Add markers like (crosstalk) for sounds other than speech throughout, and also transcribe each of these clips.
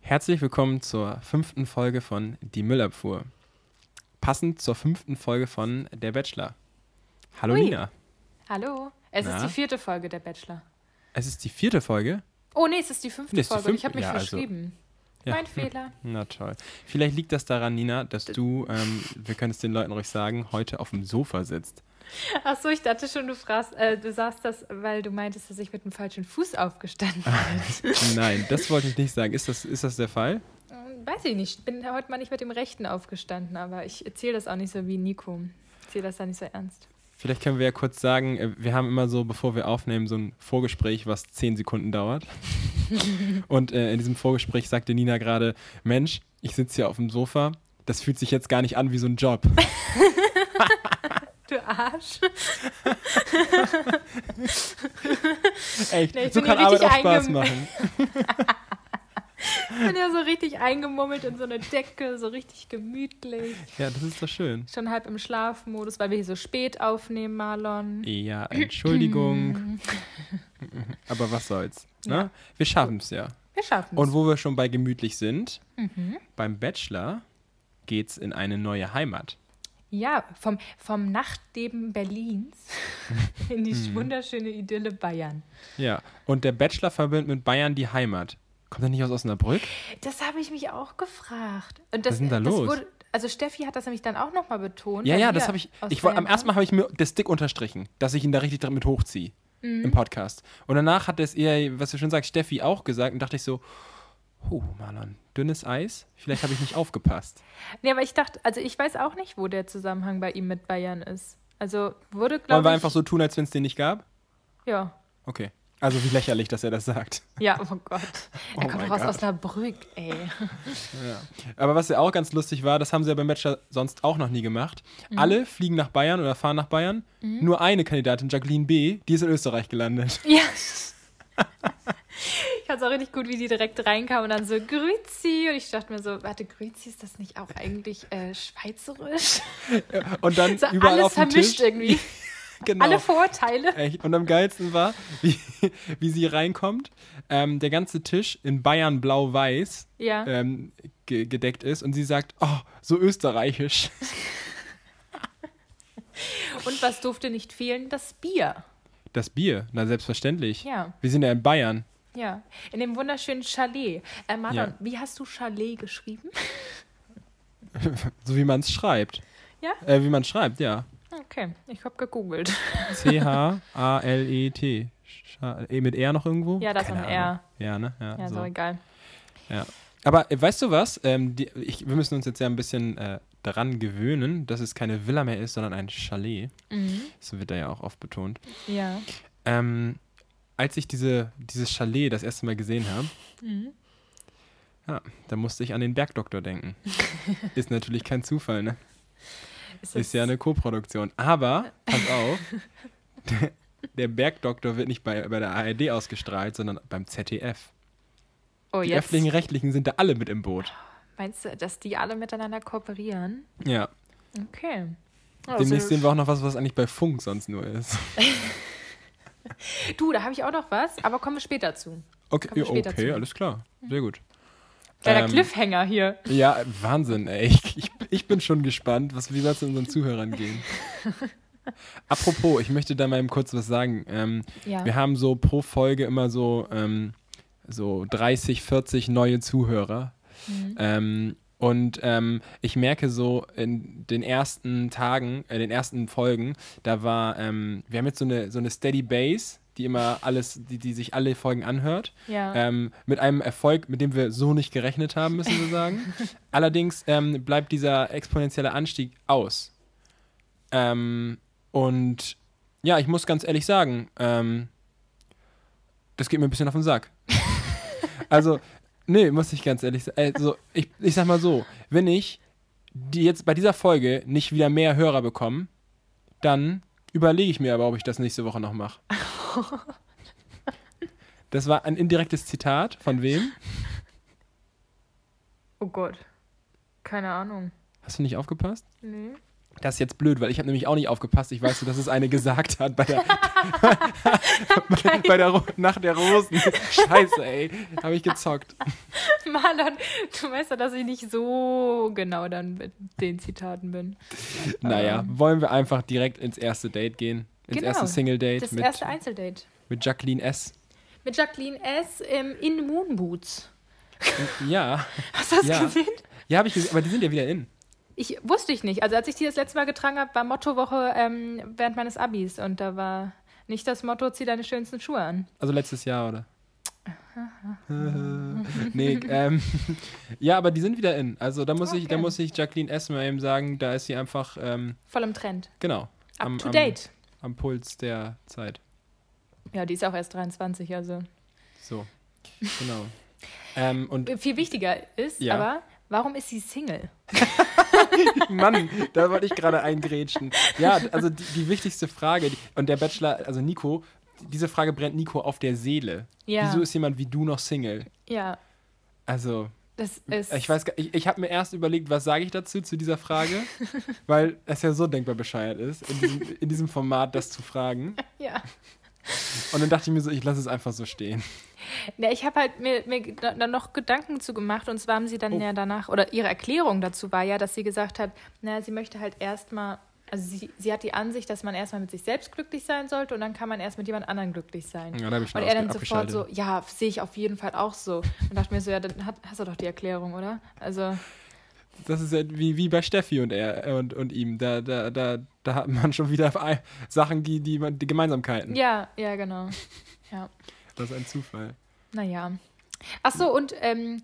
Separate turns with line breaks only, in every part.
Herzlich willkommen zur fünften Folge von Die Müllabfuhr. Passend zur fünften Folge von Der Bachelor. Hallo
Ui.
Nina.
Hallo. Es
Na?
ist die vierte Folge der Bachelor.
Es ist die vierte Folge.
Oh nee, es ist die fünfte
Nee, es ist die
Folge. Ich
fünfte.
habe mich
Ja, also-
verschrieben.
Ja. (laughs)
Mein Fehler.
Na toll. Vielleicht liegt das daran, Nina, dass du, ähm, wir können es den Leuten ruhig sagen, heute auf dem Sofa sitzt.
Ach so, ich dachte schon, du, fragst, äh, du sagst das, weil du meintest, dass ich mit dem falschen Fuß aufgestanden
(laughs)
bin.
Nein, das wollte ich nicht sagen. Ist das, ist das der Fall?
Ähm, Weiß ich nicht. Ich bin heute mal nicht mit dem rechten aufgestanden, aber ich erzähle das auch nicht so wie Nico. Ich erzähle das da nicht so ernst.
Vielleicht können wir ja kurz sagen, äh, wir haben immer so, bevor wir aufnehmen, so ein Vorgespräch, was zehn Sekunden
(laughs)
dauert. Und äh, in diesem Vorgespräch sagte Nina gerade, Mensch, ich sitze hier auf dem Sofa, das fühlt sich jetzt gar nicht an wie so ein
(laughs)
Job.
Du Arsch.
Echt,
Nee, ich
so
bin ja
kann Arbeit auch
richtig
Spaß
eingem-
machen.
Ich bin ja so richtig eingemummelt in so eine Decke, so richtig gemütlich.
Ja, das ist doch schön.
Schon halb im Schlafmodus, weil wir hier so spät aufnehmen, Marlon. (clears throat)
Ja, Entschuldigung. Aber was soll's. Ne?
Mhm. Ja.
Wir schaffen es ja.
Wir schaffen es.
Und wo wir schon bei gemütlich sind,
Mhm.
beim Bachelor geht's in eine neue Heimat.
Ja, vom, vom Nachtleben Berlins (laughs) in die
Mhm.
wunderschöne Idylle Bayern.
Ja, und der Bachelor verbindet mit Bayern die Heimat. Kommt er nicht aus Osnabrück?
Das habe ich mich auch gefragt. Und das,
ist denn da
das
los?
Wurde, also Steffi hat das nämlich dann auch nochmal betont.
Ja,
weil
ja,
wir
das habe ich.
aus
ich wollt, am
Bayern
ersten Mal habe ich mir das dick unterstrichen, dass ich ihn da richtig drin mit hochziehe
Mhm.
im Podcast. Und danach hat es eher, was du schon sagst, Steffi auch gesagt und dachte ich so, oh, Marlon, dünnes Eis, vielleicht habe ich nicht (laughs) aufgepasst.
kommen. Nee, aber ich dachte, also ich weiß auch nicht, wo der Zusammenhang bei ihm mit Bayern ist. Also wurde,
Wollen
glaube
wir
ich.
einfach so tun, als wenn es den nicht gab?
Ja.
Okay. Also wie lächerlich, dass er das sagt.
Ja, oh
(laughs)
Gott. Er
Oh
kommt
mein
doch aus
Gott.
Osnabrück, ey.
Aber was ja auch ganz lustig war, das haben sie ja beim Bachelor sonst auch noch nie gemacht.
Mhm.
Alle fliegen nach Bayern oder fahren nach Bayern. Nur eine Kandidatin, Jacqueline B., die ist in Österreich gelandet.
Ja. (laughs) Ich fand es auch richtig gut, wie die direkt reinkam und dann so Grüzi. Und ich dachte mir so, warte, Grüzi, ist das nicht auch eigentlich äh, schweizerisch? (laughs)
Und dann
So
überall
alles
auf dem
vermischt
Tisch.
irgendwie.
(laughs) Genau.
Alle
(laughs)
Vorurteile.
Echt. Und am geilsten war, wie, wie sie reinkommt, ähm, der ganze Tisch in Bayern blau-weiß
Ja.
ähm, ge gedeckt ist und sie sagt, oh, so österreichisch.
Und was durfte nicht fehlen? Das Bier.
Das Bier, na selbstverständlich.
Ja.
Wir sind ja in Bayern.
Ja. In dem wunderschönen Chalet. Äh, Marlon,
Ja.
wie hast du Chalet geschrieben?
So wie man es schreibt.
Ja?
Äh, wie man schreibt, ja.
Okay, ich habe gegoogelt.
C-H-A-L-E-T. Scha- eh, Mit R noch irgendwo?
Ja, da ist noch ein
Ahnung.
R.
Ja, ne? Ja,
Ja,
so.
so Also egal.
Ja. Aber äh, weißt du was? Ähm, die, ich, wir müssen uns jetzt ja ein bisschen äh, daran gewöhnen, dass es keine Villa mehr ist, sondern ein Chalet.
Mhm.
Das wird da ja auch oft betont.
Ja.
Ähm, als ich diese, dieses Chalet das erste Mal gesehen habe,
Mhm.
ja, da musste ich an den Bergdoktor
(laughs)
denken. ist natürlich kein Zufall, ne?
Ist
Ist ja
das-
eine Koproduktion. Aber, pass
(laughs)
auf, der- der Bergdoktor wird nicht bei, bei der ARD ausgestrahlt, sondern beim ZDF.
oh,
Die
jetzt.
Öffentlichen-Rechtlichen sind da alle mit im Boot.
Meinst du, dass die alle miteinander kooperieren?
Ja.
Okay. Oh,
Demnächst sehen wir auch noch was, was eigentlich bei Funk sonst nur ist. (laughs)
Du, da habe ich auch noch was, aber kommen wir später zu.
Okay,
Kommen wir später
okay
zu.
alles klar. Sehr gut.
Kleiner
Ähm,
Cliffhanger hier.
Ja, Wahnsinn, ey. Ich, ich, ich bin schon gespannt, was, wie soll es unseren Zuhörern
(laughs)
gehen. Apropos, ich möchte da mal eben kurz was sagen. Ähm,
Ja.
Wir haben so pro Folge immer so, ähm, so 30, 40 neue Zuhörer. Ähm, und ähm, ich merke so in den ersten Tagen, in den ersten Folgen, da war, ähm, wir haben jetzt so eine, so eine Steady Base, die immer alles, die, die sich alle Folgen anhört.
Ja.
Ähm, mit einem Erfolg, mit dem wir so nicht gerechnet haben, müssen wir sagen. Allerdings ähm, bleibt dieser exponentielle Anstieg aus. Ähm, und ja, ich muss ganz ehrlich sagen, ähm, das geht mir ein bisschen auf den Sack. also, nee, muss ich ganz ehrlich sagen. Also, ich, ich sag mal so, wenn ich die jetzt bei dieser Folge nicht wieder mehr Hörer bekomme, dann überlege ich mir aber, ob ich das nächste Woche noch mache. Das war ein indirektes Zitat von wem?
Oh Gott. Keine Ahnung.
Hast du nicht aufgepasst?
Nee.
Das ist jetzt blöd, weil ich habe nämlich auch nicht aufgepasst. Ich weiß nur, dass es eine gesagt hat bei
(laughs)
der, bei, bei der Ro- Nacht der Rosen. Scheiße, ey. Habe ich gezockt.
(laughs) Marlon, du weißt ja, dass ich nicht so genau dann mit den Zitaten bin.
Naja, wollen wir einfach direkt ins erste Date gehen? Ins
Ähm. Genau.
erste Single-Date
Das
mit,
erste Einzeldate.
mit Jacqueline S.
Mit Jacqueline S. Im, in Moon Boots.
Ja,
Hast du das
Ja.
gesehen?
ja habe ich gesehen, aber die sind ja wieder in.
Ich wusste ich nicht. Also als ich die das letzte Mal getragen habe, war Mottowoche ähm, während meines Abis und da war nicht das Motto, zieh deine schönsten Schuhe an.
Also letztes Jahr,
(laughs)
oder? nee, ähm, ja, aber die sind wieder in. Also da muss ich, da
Ah, Okay.
muss ich Jacqueline S. mal eben sagen, da ist sie einfach, ähm,
Voll im Trend.
genau,
Up
Am-
to
am-
date.
am Puls der Zeit.
Ja, die ist auch erst 23, also. (laughs)
So, genau. ähm, und
Viel wichtiger ist
Ja.
aber, warum ist sie Single?
(laughs) Mann, da wollte ich gerade eingrätschen. Ja, also die, die wichtigste Frage, die, und der Bachelor, also Nico, diese Frage brennt Nico auf der Seele.
Ja.
Wieso ist jemand wie du noch Single?
Ja,
Also,
das ist.
ich weiß gar ich, ich habe mir erst überlegt, was sage ich dazu, zu dieser
(laughs)
Frage, weil es ja so denkbar bescheuert ist, in diesem, in diesem Format das zu fragen.
Ja.
Und dann dachte ich mir so, ich lasse es einfach so stehen.
Ja, ich habe halt mir, mir da- dann noch Gedanken zu gemacht und zwar haben sie dann
Oh.
ja danach, oder ihre Erklärung dazu war ja, dass sie gesagt hat, naja, sie möchte halt erstmal, also sie, sie hat die Ansicht, dass man erstmal mit sich selbst glücklich sein sollte und dann kann man erst mit jemand anderem glücklich sein.
Ja, da hab ich schon
und er dann
ausge-
sofort so,
abgeschaltet.
ja, sehe ich auf jeden Fall auch so. Und dachte mir so, ja, dann hat, hast du doch die Erklärung, oder? Also,
Das ist ja wie, wie bei Steffi und er äh, und, und ihm. Da, da, da, da hat man schon wieder ein- Sachen, die, die, man- die Gemeinsamkeiten.
ja, ja, genau. Ja.
Das ist ein Zufall.
Naja. Ach so, und ähm,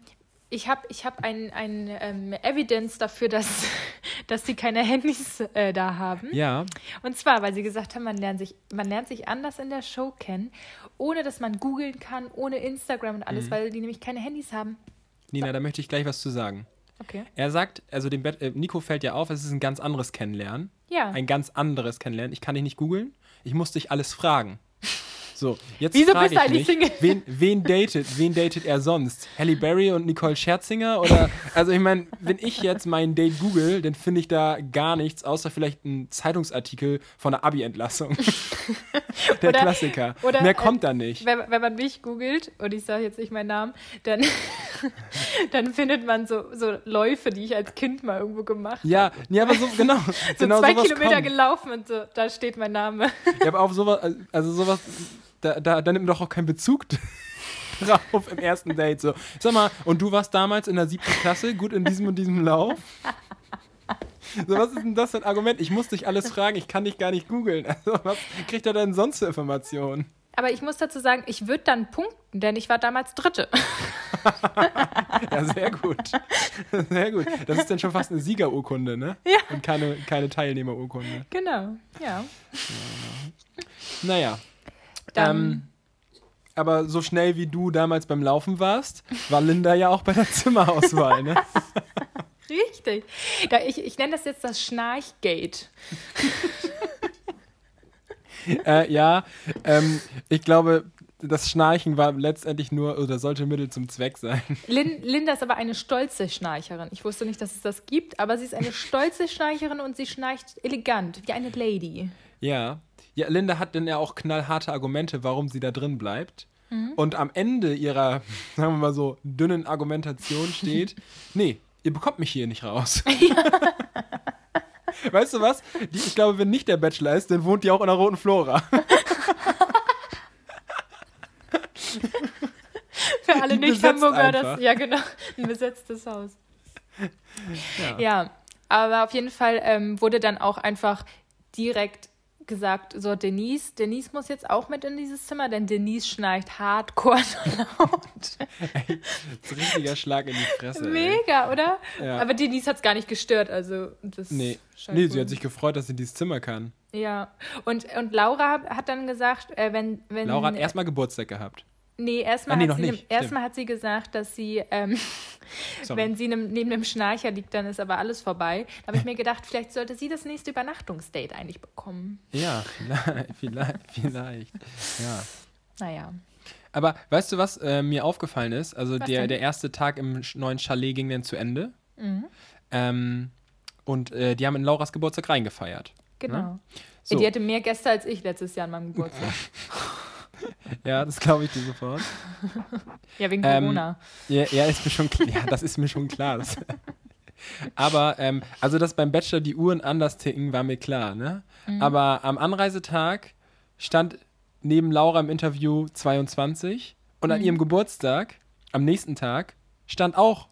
ich habe ich hab ein, ein ähm, Evidence dafür, dass, (laughs) dass sie keine Handys äh, da haben.
Ja,
Und zwar, weil sie gesagt haben, man lernt, sich, man lernt sich anders in der Show kennen, ohne dass man googeln kann, ohne Instagram und
Mhm.
alles, weil die nämlich keine Handys haben.
Nina, da möchte ich gleich was zu sagen.
Okay.
Er sagt, also dem Bet äh, Nico fällt ja auf, es ist ein ganz anderes Kennenlernen.
Ja.
Ein ganz anderes Kennenlernen. Ich kann dich nicht googeln. Ich muss dich alles fragen. So, jetzt
Wieso
frage
bist
ich
du eigentlich
mich, wen, wen datet, wen datet er sonst? Halle Berry und Nicole Scherzinger oder also ich meine, wenn ich jetzt mein Date google, dann finde ich da gar nichts außer vielleicht einen Zeitungsartikel von der Abi
(laughs)
Entlassung. der
Oder-
Klassiker.
oder,
Mehr
äh,
kommt da nicht.
Wenn, wenn man mich googelt, und ich sage jetzt nicht meinen Namen, dann, (laughs) dann findet man so, so Läufe, die ich als Kind mal irgendwo gemacht habe.
Ja, nee, aber so genau,
(laughs) So
genau
zwei
sowas
Kilometer
kommt.
gelaufen und so, da steht mein Name.
Ja, aber auf sowas, also sowas, da, da, da nimmt man doch auch keinen Bezug (laughs) drauf im ersten Date. So, sag mal, und du warst damals in der siebten Klasse gut in diesem und diesem Lauf? So, was ist denn das für ein Argument? Ich muss dich alles fragen, ich kann dich gar nicht googeln. Also, was kriegt er denn sonst für Informationen?
Aber ich muss dazu sagen, ich würde dann punkten, denn ich war damals Dritte. (laughs)
Ja, sehr gut. Sehr gut. Das ist dann schon fast eine Siegerurkunde, ne?
Ja.
Und keine, keine Teilnehmerurkunde.
Genau, ja.
Naja.
Dann,
Ähm, aber so schnell wie du damals beim Laufen warst, war Linda ja auch bei der Zimmerauswahl, ne?
Richtig. Da, ich ich nenne das jetzt das Schnarchgate.
Äh, ja, ähm, ich glaube, das Schnarchen war letztendlich nur oder sollte Mittel zum Zweck sein. (laughs)
Lin, Linda ist aber eine stolze Schnarcherin. Ich wusste nicht, dass es das gibt, aber sie ist eine stolze Schnarcherin und sie schnarcht elegant, wie eine Lady.
Ja. Ja, Linda hat dann ja auch knallharte Argumente, warum sie da drin bleibt. Und am Ende ihrer, (laughs) sagen wir mal so, dünnen Argumentation steht: Nee, ihr bekommt mich hier nicht raus. Weißt du was? Die, ich glaube, wenn nicht der Bachelor ist, dann wohnt die auch in der Roten Flora.
Für (laughs) alle
Die besetzt
Nicht-Hamburger,
einfach.
das. Ja, genau. (laughs) Ein besetztes Haus.
Ja.
Ja, aber auf jeden Fall ähm, wurde dann auch einfach direkt gesagt, so Denise, Denise muss jetzt auch mit in dieses Zimmer, denn Denise schnarcht hardcore (laughs) laut.
Das ist ein richtiger Schlag in die Fresse. ey.
Mega, oder?
Ja.
Aber Denise hat es gar nicht gestört, also das
Nee.
scheint
nee, sie
wohl-
hat sich gefreut, dass sie dieses Zimmer kann.
Ja, und, und Laura hat dann gesagt, äh, wenn, wenn.
Laura hat erstmal Geburtstag gehabt.
Nee,
Ah,
erstmal
nee,
hat,
noch
sie
nicht,
nem- erstmal hat sie gesagt, dass sie, ähm,
Sorry.
wenn sie nem, neben einem Schnarcher liegt, dann ist aber alles vorbei. Da habe ich mir gedacht, vielleicht sollte sie das nächste Übernachtungsdate eigentlich bekommen.
Ja, vielleicht, vielleicht, vielleicht. Ja.
Naja.
Aber weißt du, was äh, mir aufgefallen ist? Also
Was
der,
denn? Mhm.
der erste Tag im sch- neuen Chalet ging dann zu Ende. Ähm, Und äh, die haben in Lauras Geburtstag reingefeiert.
Genau.
Ne? So.
Die hatte mehr Gäste als ich letztes Jahr an
(laughs)
meinem Geburtstag.
Ja, das glaube ich dir sofort.
Ja, wegen
Ähm,
Corona.
Ja, ja, ist mir schon klar. (laughs) Ja, das ist mir schon klar. Das, (laughs) aber, ähm, also, dass beim Bachelor die Uhren anders ticken, war mir klar, ne?
Mhm.
Aber am Anreisetag stand neben Laura im Interview 22 und
Mhm.
an ihrem Geburtstag, am nächsten Tag, stand auch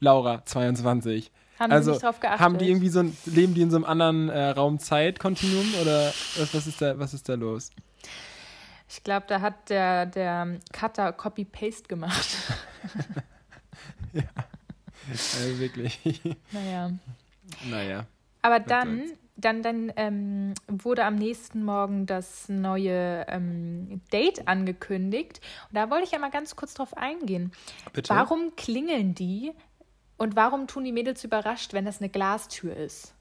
Laura 22.
Haben
also,
sie nicht drauf geachtet?
Haben die irgendwie so ein, leben die in so einem anderen äh, Raum-Zeit-Kontinuum oder was, was, ist da, was ist da los?
ich glaube, da hat der, der Cutter Copy-Paste gemacht. (laughs)
Äh, wirklich. (laughs)
naja.
naja.
Aber
sagt's.
dann, dann, dann ähm, wurde am nächsten Morgen das neue ähm, Date angekündigt. Und da wollte ich ja mal ganz kurz drauf eingehen.
Bitte.
Warum klingeln die und warum tun die Mädels überrascht, wenn das eine Glastür ist?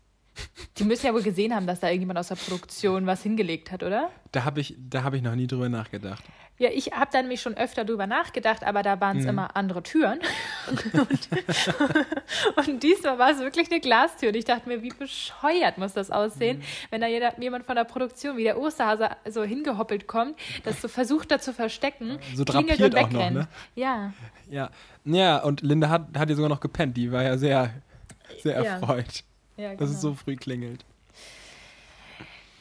Die müssen ja wohl gesehen haben, dass da irgendjemand aus der Produktion was hingelegt hat, oder?
Da habe ich, da hab ich noch nie drüber nachgedacht.
Ja, ich habe da nämlich schon öfter drüber nachgedacht, aber da waren es
Mhm.
immer andere Türen. (laughs) und, und diesmal war es wirklich eine Glastür. Und ich dachte mir, wie bescheuert muss das
Mhm.
aussehen, wenn da jeder, jemand von der Produktion wie der Osterhase so hingehoppelt kommt, das so versucht da zu verstecken,
So
klingelt
drapiert
und
auch noch,
wegrennt.
ne?
Ja,
Ja, ja und Linda hat, hat ja sogar noch gepennt. Die war ja sehr, sehr
Ja.
erfreut,
ja, genau.
dass es so früh klingelt.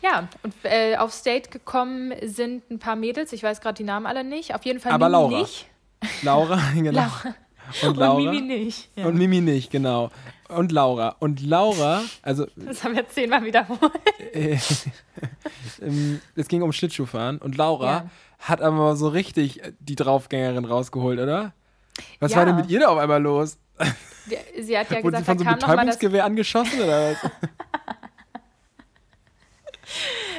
Ja, und äh, aufs Date gekommen sind ein paar Mädels, ich weiß gerade die Namen alle nicht. Auf jeden Fall
Aber
Mimi
Laura.
nicht.
Laura, (laughs) genau.
Laura.
Und Laura.
Und Mimi nicht. Ja.
Und Mimi nicht, genau. Und Laura. Und Laura, also
das haben wir zehnmal wiederholt.
äh, (laughs) ähm, es ging um Schlittschuhfahren und Laura
Ja.
hat aber so richtig die Draufgängerin rausgeholt, oder? Was war
Ja.
denn mit ihr da auf einmal los?
Die- Sie hat ja
Wurde sie
gesagt,
von
da
so einem
kam nochmal das
Betäubungsgewehr angeschossen oder was?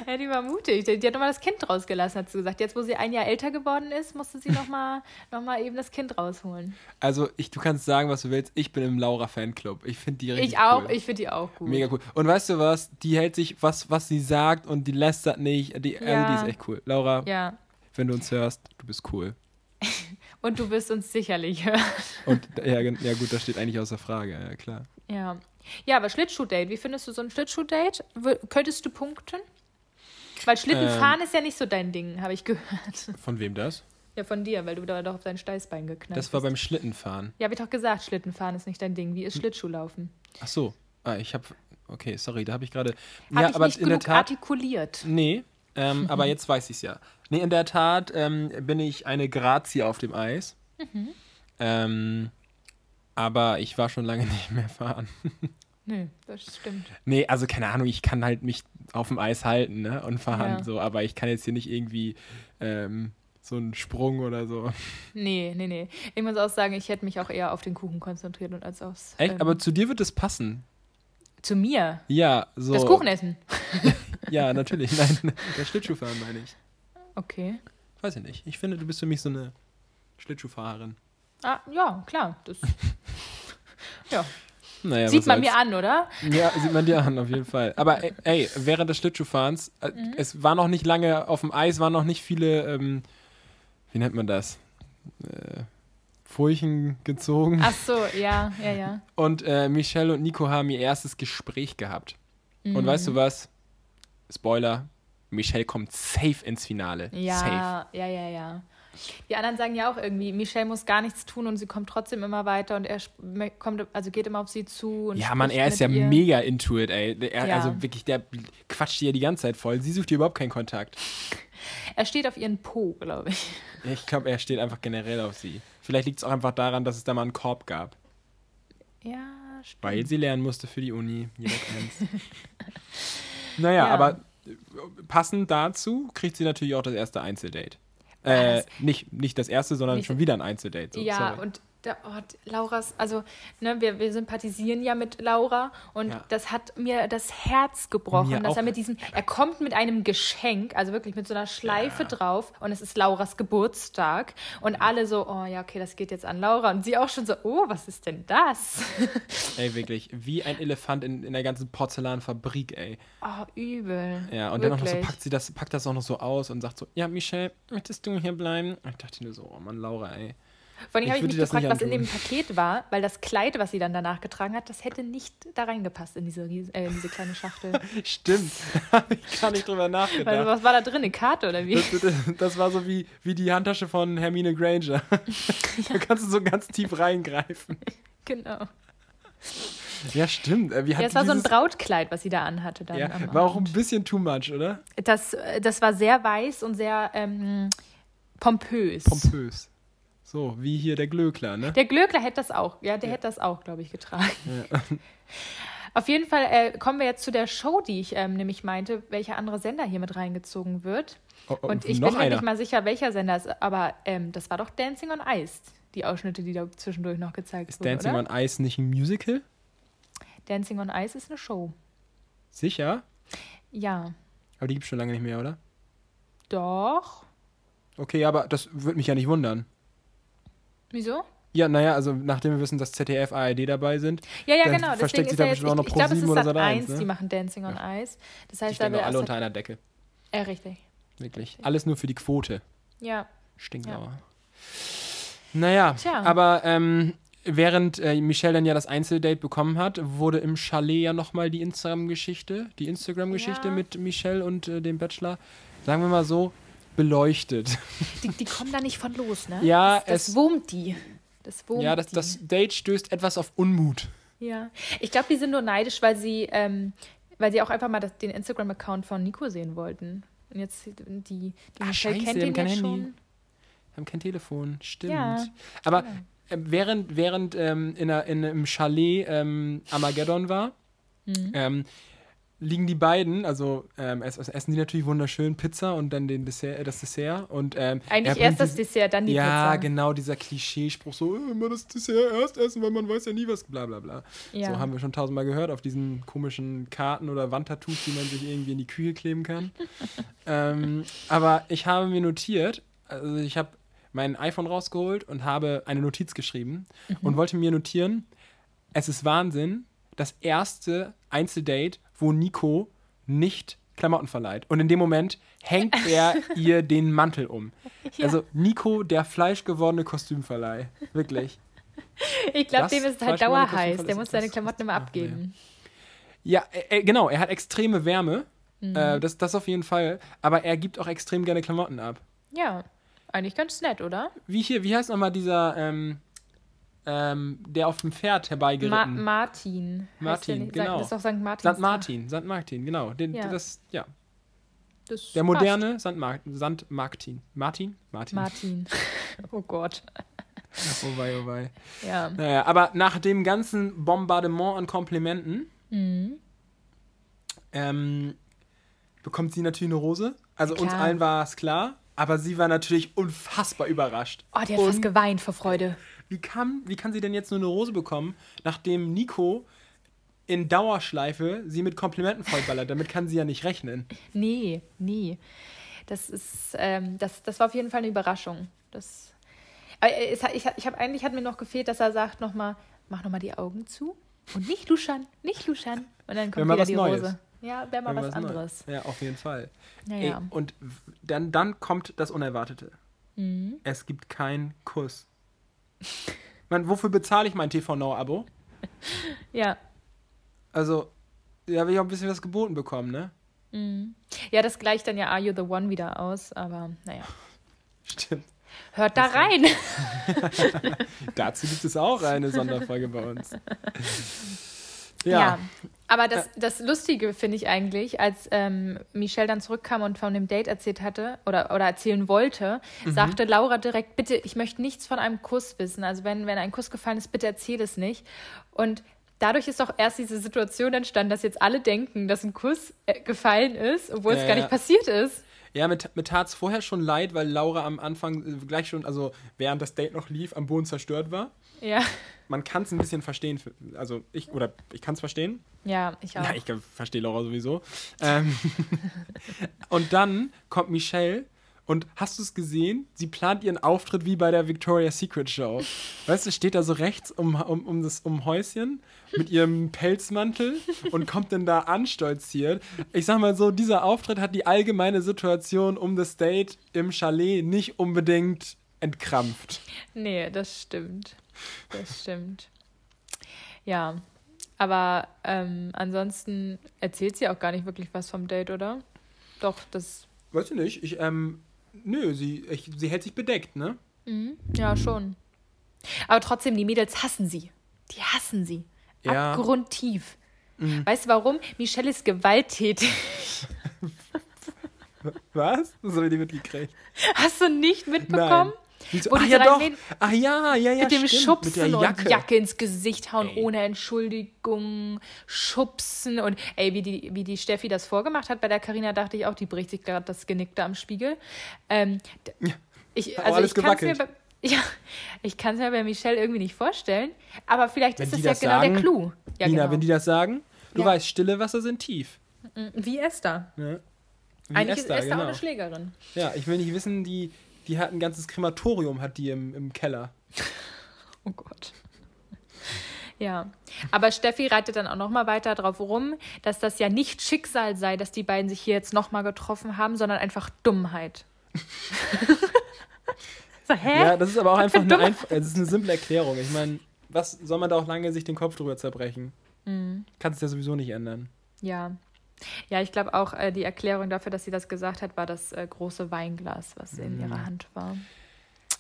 Ja, die war mutig. Die, die hat nochmal das Kind rausgelassen, hat sie gesagt. Jetzt, wo sie ein Jahr älter geworden ist, musste sie nochmal noch mal (laughs) eben das Kind rausholen.
Also, ich, du kannst sagen, was du willst. Ich bin im Laura-Fanclub. Ich finde die richtig
ich auch.
Cool.
Ich finde die auch gut.
Mega cool. Und weißt du was? Die hält sich, was, was sie sagt und die lästert nicht. Die,
Ja.
Also die ist echt cool. Laura,
Ja.
wenn du uns hörst, du bist cool.
Und du wirst uns sicherlich (laughs) hören.
Und ja, gen- ja gut, das steht eigentlich außer Frage, ja klar.
Ja. Ja, aber Schlittschuh-Date. Wie findest du so ein Schlittschuh-Date? W- Könntest du punkten? Weil
Ähm.
Schlittenfahren ist ja nicht so dein Ding, habe ich (laughs) gehört.
Von wem das?
Ja, von dir, weil du da doch auf dein Steißbein geknallt
Das war
bist.
beim Schlittenfahren.
Ja, habe ich doch gesagt, Schlittenfahren ist nicht dein Ding. Wie ist
Hm.
Schlittschuhlaufen?
Ach so. Ah, ich habe. Okay, sorry, da habe ich gerade.
Habe
Ja,
ich
aber
nicht
in der
genug
Tat.
artikuliert.
Nee, ähm,
(laughs)
aber jetzt weiß ich es ja. Nee, in der Tat ähm, bin ich eine Grazie auf dem Eis.
Mhm.
Ähm, aber ich war schon lange (laughs) nicht mehr fahren.
Nö, das stimmt.
Nee, also keine Ahnung, ich kann halt mich auf dem Eis halten ne? und fahren,
Ja.
so, aber ich kann jetzt hier nicht irgendwie ähm, so einen Sprung oder so.
Nee, nee, nee. Ich muss auch sagen, ich hätte mich auch eher auf den Kuchen konzentriert und als aufs.
Echt?
ähm,
Aber zu dir wird es passen.
zu mir.
Ja, so.
Das Kuchenessen.
Ja,
(laughs)
natürlich. Nein, das Schlittschuhfahren meine ich.
Okay.
Weiß ich nicht. Ich finde, du bist für mich so eine Schlittschuhfahrerin.
Ah, ja, klar. Das
Naja,
sieht
was
man
soll's.
mir an, oder?
Ja, sieht man dir an, auf jeden Fall. Aber ey, ey, während des Schlittschuhfahrens, äh,
Mhm.
es war noch nicht lange auf dem Eis, waren noch nicht viele, ähm, wie nennt man das? Äh, Furchen gezogen.
Ach so, ja, ja, ja.
Und äh, Michelle und Nico haben ihr erstes Gespräch gehabt.
Mhm.
Und weißt du was? Spoiler, Michelle kommt safe ins Finale.
Ja,
Safe.
ja, ja, ja. Die anderen sagen ja auch irgendwie, Michelle muss gar nichts tun und sie kommt trotzdem immer weiter und er sp- me- kommt, also geht immer auf sie zu. Und
Ja, Mann,
spricht
er ist ja
mit ihr.
mega into it, ey. Er,
Ja.
Also wirklich, der quatscht ihr die ganze Zeit voll. Sie sucht ihr überhaupt keinen Kontakt.
Er steht auf ihren Po, glaube ich. (laughs)
Ich glaube, er steht einfach generell auf sie. Vielleicht liegt es auch einfach daran, dass es da mal einen Korb gab.
Ja, stimmt.
Weil sie lernen musste für die Uni.
(laughs)
Jeder kennt's. naja,
Ja.
aber äh, passend dazu kriegt sie natürlich auch das erste Einzeldate. Äh,
Was?
nicht, nicht das erste, sondern
Nicht-
schon wieder ein Einzeldate. So,
ja,
sorry.
und der Ort Lauras, also ne, wir, wir sympathisieren ja mit Laura und
Ja.
das hat mir das Herz gebrochen,
Mir
dass er
auch.
mit diesem, er kommt mit einem Geschenk, also wirklich mit so einer Schleife drauf und es ist Lauras Geburtstag und alle so, oh ja, okay, das geht jetzt an Laura und sie auch schon so, oh, was ist denn das?
Ey, wirklich, wie ein Elefant in, in der ganzen Porzellanfabrik, ey.
Oh, übel.
Ja, und dann auch noch so packt sie das, packt das auch noch so aus und sagt so, ja, Michelle, möchtest du hier bleiben? Ich dachte nur so, oh Mann, Laura, ey.
Vor allem
Ich
habe ich
würde
mich
dir das
gefragt,
nicht
was in dem
antun.
Paket war, weil das Kleid, was sie dann danach getragen hat, das hätte nicht da reingepasst in diese, ries- äh, in diese
(laughs)
kleine Schachtel.
Stimmt. Hab ich gar nicht drüber nachgedacht.
(laughs) Weil, was war da drin? Eine Karte oder wie?
Das, das, das war so wie, wie die Handtasche von Hermine
(laughs)
Granger. (laughs) Da kannst du so ganz tief reingreifen.
(laughs) Genau.
Ja, stimmt. Äh, Wie hat
Ja, es war so ein
dieses-
Brautkleid, was sie da anhatte dann. am
ja,
Abend.
War auch ein bisschen too much, oder?
das, äh, das war sehr weiß und sehr ähm, pompös.
Pompös. So, wie hier der Glöckler, ne?
Der Glöckler hätte das auch, ja, der hätte das auch, glaube ich, getragen. (laughs) Auf jeden Fall äh, kommen wir jetzt zu der Show, die ich ähm, nämlich meinte, welcher andere Sender hier mit reingezogen wird.
Oh, oh,
Und ich
noch
bin mir
einer.
nicht mal sicher, welcher Sender es ist, aber ähm, das war doch Dancing on Ice, die Ausschnitte, die da zwischendurch noch gezeigt
Ist
wurden.
Dancing
oder?
on Ice nicht ein Musical?
Dancing on Ice ist eine Show.
Sicher.
Ja,
Aber die gibt's schon lange nicht mehr, oder?
doch.
Okay, aber das würde mich ja nicht wundern.
Wieso?
Ja, naja, also nachdem wir wissen, dass ZDF, ARD dabei sind.
Ja, ja,
Dann
genau.
versteckt
Deswegen
sich
ist
da
er jetzt, ich,
bestimmt auch noch
ich glaube, es
ProSieben
ist
oder
Sat
Sat.1,
1,
ne?
die machen Dancing on Ice. Das
Die
heißt, da
stehen
will
doch alle
erst-
unter einer Decke.
Ja, richtig.
Wirklich. Alles nur für die Quote.
Ja.
Stinksauer. Naja,
Tja.
aber ähm, während äh, Michelle dann ja das Einzeldate bekommen hat, wurde im Chalet ja nochmal die Instagram-Geschichte, die Instagram-Geschichte
Ja.
mit Michelle und äh, dem Bachelor, sagen wir mal so, beleuchtet.
Die, die kommen da nicht von los, ne?
Ja,
das, das
es-
wurmt die. Das wurmt
ja, das,
Um die.
das Date stößt etwas auf Unmut.
Ja. Ich glaube, die sind nur neidisch, weil sie, ähm, weil sie auch einfach mal das, den Instagram-Account von Nico sehen wollten. Und jetzt die, die
Ah,
Michelle
scheiße,
kennt
die
den ja
haben kein Handy.
schon.
Haben kein Telefon, stimmt.
Ja,
Aber äh, während, während ähm, in, einer, in einem Chalet ähm, Armageddon war,
Mhm.
ähm, liegen die beiden, also ähm, es, es essen die natürlich wunderschön Pizza und dann den Dessert, äh, das Dessert und ähm, er
Eigentlich
bringt
erst das
dies-
Dessert, dann die
ja,
Pizza.
genau, dieser Klischeespruch, so äh, immer das Dessert erst essen, weil man weiß ja nie was, bla bla bla.
Ja.
So haben wir schon tausendmal gehört auf diesen komischen Karten oder Wandtattoos, die man sich irgendwie in die Küche kleben kann. ähm, aber ich habe mir notiert, also ich habe mein iPhone rausgeholt und habe eine Notiz geschrieben und wollte mir notieren, es ist Wahnsinn, das erste Einzeldate, wo Nico nicht Klamotten verleiht. Und in dem Moment hängt er ihr den Mantel um. Also Nico, der fleischgewordene Kostümverleih. Wirklich.
(laughs) Ich glaube,
das
dem ist halt
Fleisch wurde kurz
dauerheiß.
vom
Der
Fall-
muss
ist-
seine
ist-
Klamotten immer
ach, nee.
abgeben.
Ja, äh, äh, genau, er hat extreme Wärme.
Mhm.
Äh, das, das auf jeden Fall. Aber er gibt auch extrem gerne Klamotten ab.
Ja. Eigentlich ganz nett, oder?
Wie hier, wie heißt nochmal dieser, ähm, ähm, der auf dem Pferd
Ma
herbeigeritten?
Martin. heißt
mhm. Martin,
der nicht?
genau.
Das ist doch St. Martin.
St. Martin, St. Martin, genau. Den,
Ja.
Das, ja.
Das
Der
passt.
moderne St. Mar St. Martin. Martin? Martin. (laughs)
Martin. Oh Gott.
Oh wei, oh wei.
Ja.
Naja, aber nach dem ganzen Bombardement an Komplimenten
Mhm.
ähm, bekommt sie natürlich eine Rose. Also
Klar.
uns allen war es klar, aber sie war natürlich unfassbar überrascht.
Oh, der hat fast geweint vor Freude.
Wie kann, wie kann sie denn jetzt nur eine Rose bekommen, nachdem Nico in Dauerschleife sie mit Komplimenten vollballert? Damit kann sie ja nicht rechnen.
Nee, nee. Das ist, ähm, das, das war auf jeden Fall eine Überraschung. Das, aber äh, es, hat- ich, ich habe eigentlich hat mir noch gefehlt, dass er sagt nochmal, mach nochmal die Augen zu und nicht luschern, nicht luschern. Und dann
Wär
kommt
mal
wieder
was
die
Neues.
Rose. Ja, wäre mal was
Neues.
anderes.
Ja, auf jeden Fall.
Naja.
Ey, und w- dann, dann kommt das Unerwartete. Es gibt keinen Kuss. Man, wofür bezahle ich mein TV Now-Abo?
Ja.
Also, da habe ich auch ein bisschen was geboten bekommen, ne?
ja, das gleicht dann ja Are You the One wieder aus, aber naja.
Stimmt.
Hört da rein.
Dazu gibt es auch eine Sonderfolge bei uns.
Ja.
Ja. Äh.
Aber das, das Lustige finde ich eigentlich, als ähm, Michelle dann zurückkam und von dem Date erzählt hatte oder, oder erzählen wollte,
Mhm.
sagte Laura direkt, bitte, ich möchte nichts von einem Kuss wissen. Also wenn, wenn ein Kuss gefallen ist, bitte erzähl es nicht. Und dadurch ist doch erst diese Situation entstanden, dass jetzt alle denken, dass ein Kuss äh, gefallen ist, obwohl
Ja,
es gar
ja.
nicht passiert ist.
Ja, mir, ta- mir tat es vorher schon leid, weil Laura am Anfang äh, gleich schon, also während das Date noch lief, am Boden zerstört war.
Ja.
Man kann es ein bisschen verstehen. für- Also ich, oder ich kann es verstehen.
Ja, ich auch.
Ja, ich glaub, verstehe Laura sowieso. Ähm, (laughs) und dann kommt Michelle und hast du es gesehen? Sie plant ihren Auftritt wie bei der Victoria's Secret Show. Weißt du, steht da so rechts um, um, um das um Häuschen mit ihrem Pelzmantel und kommt dann da anstolziert. Ich sag mal so, dieser Auftritt hat die allgemeine Situation um das Date im Chalet nicht unbedingt entkrampft.
Nee, das stimmt. Das stimmt. Ja, aber ähm, ansonsten erzählt sie auch gar nicht wirklich was vom Date, oder? Doch, das.
Weiß ich nicht. Ich, ähm, nö, sie, ich, sie hält sich bedeckt, ne?
Mhm. Ja, schon. Aber trotzdem, die Mädels hassen sie. Die hassen sie.
Ja.
Abgrundtief. Weißt du warum? Michelle ist gewalttätig. (laughs)
Was? Das habe ich nicht mitgekriegt.
Hast du nicht mitbekommen?
Wieso?
Wo
Ach
die
ah, ja
drei
doch.
Mädel-
Ach ja, ja, ja.
mit dem
stimmt.
Schubsen
Mit der
und
Jacke.
Jacke ins Gesicht hauen
Ey.
ohne Entschuldigung, Schubsen und ey, wie die, wie die Steffi das vorgemacht hat bei der Karina, dachte ich auch, die bricht sich gerade das Genick da am Spiegel. Ähm, d- ich,
auch
also
alles
ich kann's mir
gewackelt.
bei, (laughs) ja, ich kann es mir bei Michelle irgendwie nicht vorstellen, aber vielleicht
Wenn
ist das
die
ja
das
genau
sagen,
der Clou. Ja,
Nina,
genau.
wenn die das sagen, du
Ja.
weißt, stille Wasser sind tief.
wie Esther.
Ne? Wie
Eigentlich
Esther,
ist Esther
genau.
auch eine Schlägerin.
Ja, ich will nicht wissen, die, die hat ein ganzes Krematorium, hat die im, im Keller.
(laughs) Oh Gott. Ja, aber Steffi reitet dann auch nochmal weiter drauf rum, dass das ja nicht Schicksal sei, dass die beiden sich hier jetzt nochmal getroffen haben, sondern einfach Dummheit. (laughs) so, hä?
Ja, das ist
(laughs)
aber auch einfach eine,
dumm.
einf das ist eine simple Erklärung. Ich meine, was soll man da auch lange sich den Kopf drüber zerbrechen?
Mhm.
Kannst du ja sowieso nicht ändern.
Ja. Ja, ich glaube auch, äh, die Erklärung dafür, dass sie das gesagt hat, war das äh, große Weinglas, was
Mhm.
in ihrer Hand war.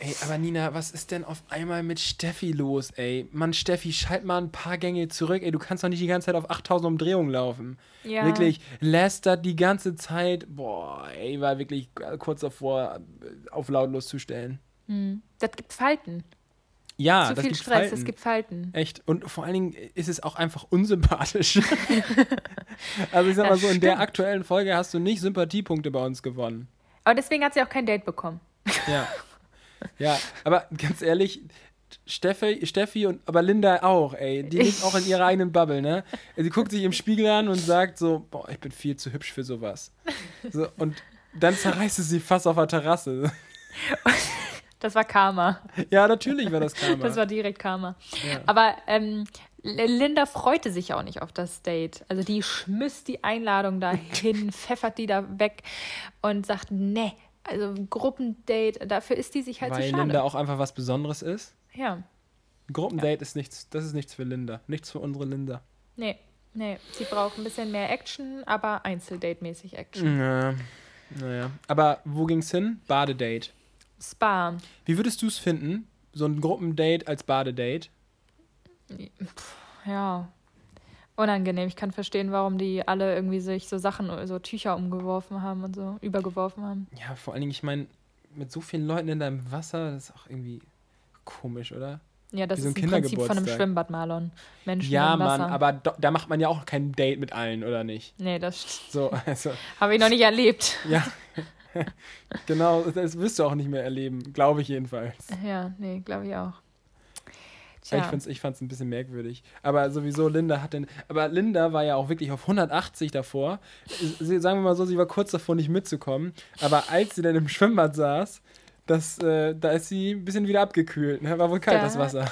Ey, aber Nina, was ist denn auf einmal mit Steffi los, ey? Mann, Steffi, schalt mal ein paar Gänge zurück, ey. Du kannst doch nicht die ganze Zeit auf 8000 Umdrehungen laufen.
Ja.
Wirklich, lästert die ganze Zeit. Boah, ey, war wirklich kurz davor, äh, auf lautlos zu stellen.
Das gibt Falten.
Ja,
Zu
Ah, das
viel
gibt
Stress,
Falten.
es gibt Falten.
Echt. Und vor allen Dingen ist es auch einfach
(laughs)
unsympathisch. also ich sag
Das
mal so, in der
stimmt.
aktuellen Folge hast du nicht Sympathiepunkte bei uns gewonnen.
Aber deswegen hat sie auch kein Date bekommen.
Ja. ja, aber ganz ehrlich, Steffi, Steffi und aber Linda auch, ey. Die ist auch in
(laughs)
ihrer eigenen Bubble, ne? Sie guckt sich im Spiegel an und sagt so, boah, ich bin viel zu hübsch für sowas. So, und dann zerreißt es sie fast auf der Terrasse.
Das war Karma.
Ja, natürlich war das Karma.
Das war halt direkt Karma.
Ja.
Aber ähm, L- Linda freute sich auch nicht auf das Date. Also die schmiss die
(laughs)
Einladung dahin, pfeffert die da weg und sagt, nee, also ein Gruppendate, dafür ist die sich halt
weil
zu schade.
Linda auch einfach was Besonderes ist.
Ja,
Ein Gruppendate ist nichts, das ist nichts für Linda. Nichts für unsere Linda.
nee, nee, sie braucht ein bisschen mehr Action, aber Einzeldate-mäßig Action.
Ja, naja. Aber wo ging's hin? Badedate.
Spa.
Wie würdest du es finden? So ein Gruppendate als Badedate?
Ja. Unangenehm. Ich kann verstehen, warum die alle irgendwie sich so Sachen, so Tücher umgeworfen haben und so, übergeworfen haben.
Ja, vor allen Dingen, ich meine, mit so vielen Leuten in deinem Wasser, das ist auch irgendwie komisch, oder?
Ja, das
Wie so ein
ist im Prinzip von einem
Kindergeburtstag.
Schwimmbad, Marlon. Menschen
ja,
im Wasser.
Mann, aber do, da macht man ja auch kein Date mit allen, oder nicht?
Nee, das
So, (laughs) also,
habe ich noch nicht erlebt. (laughs)
ja. genau, das wirst du auch nicht mehr erleben, glaube ich jedenfalls.
Ja, nee, glaube ich auch.
Ich
Tja,
fand's, ich fand's ein bisschen merkwürdig. Aber sowieso, Linda hat denn. Aber Linda war ja auch wirklich auf 180 davor. Sie, sagen wir mal so, sie war kurz davor, nicht mitzukommen. Aber als sie dann im Schwimmbad saß, das, äh, da ist sie ein bisschen wieder abgekühlt. Ne? War wohl kalt,
Da-
das Wasser.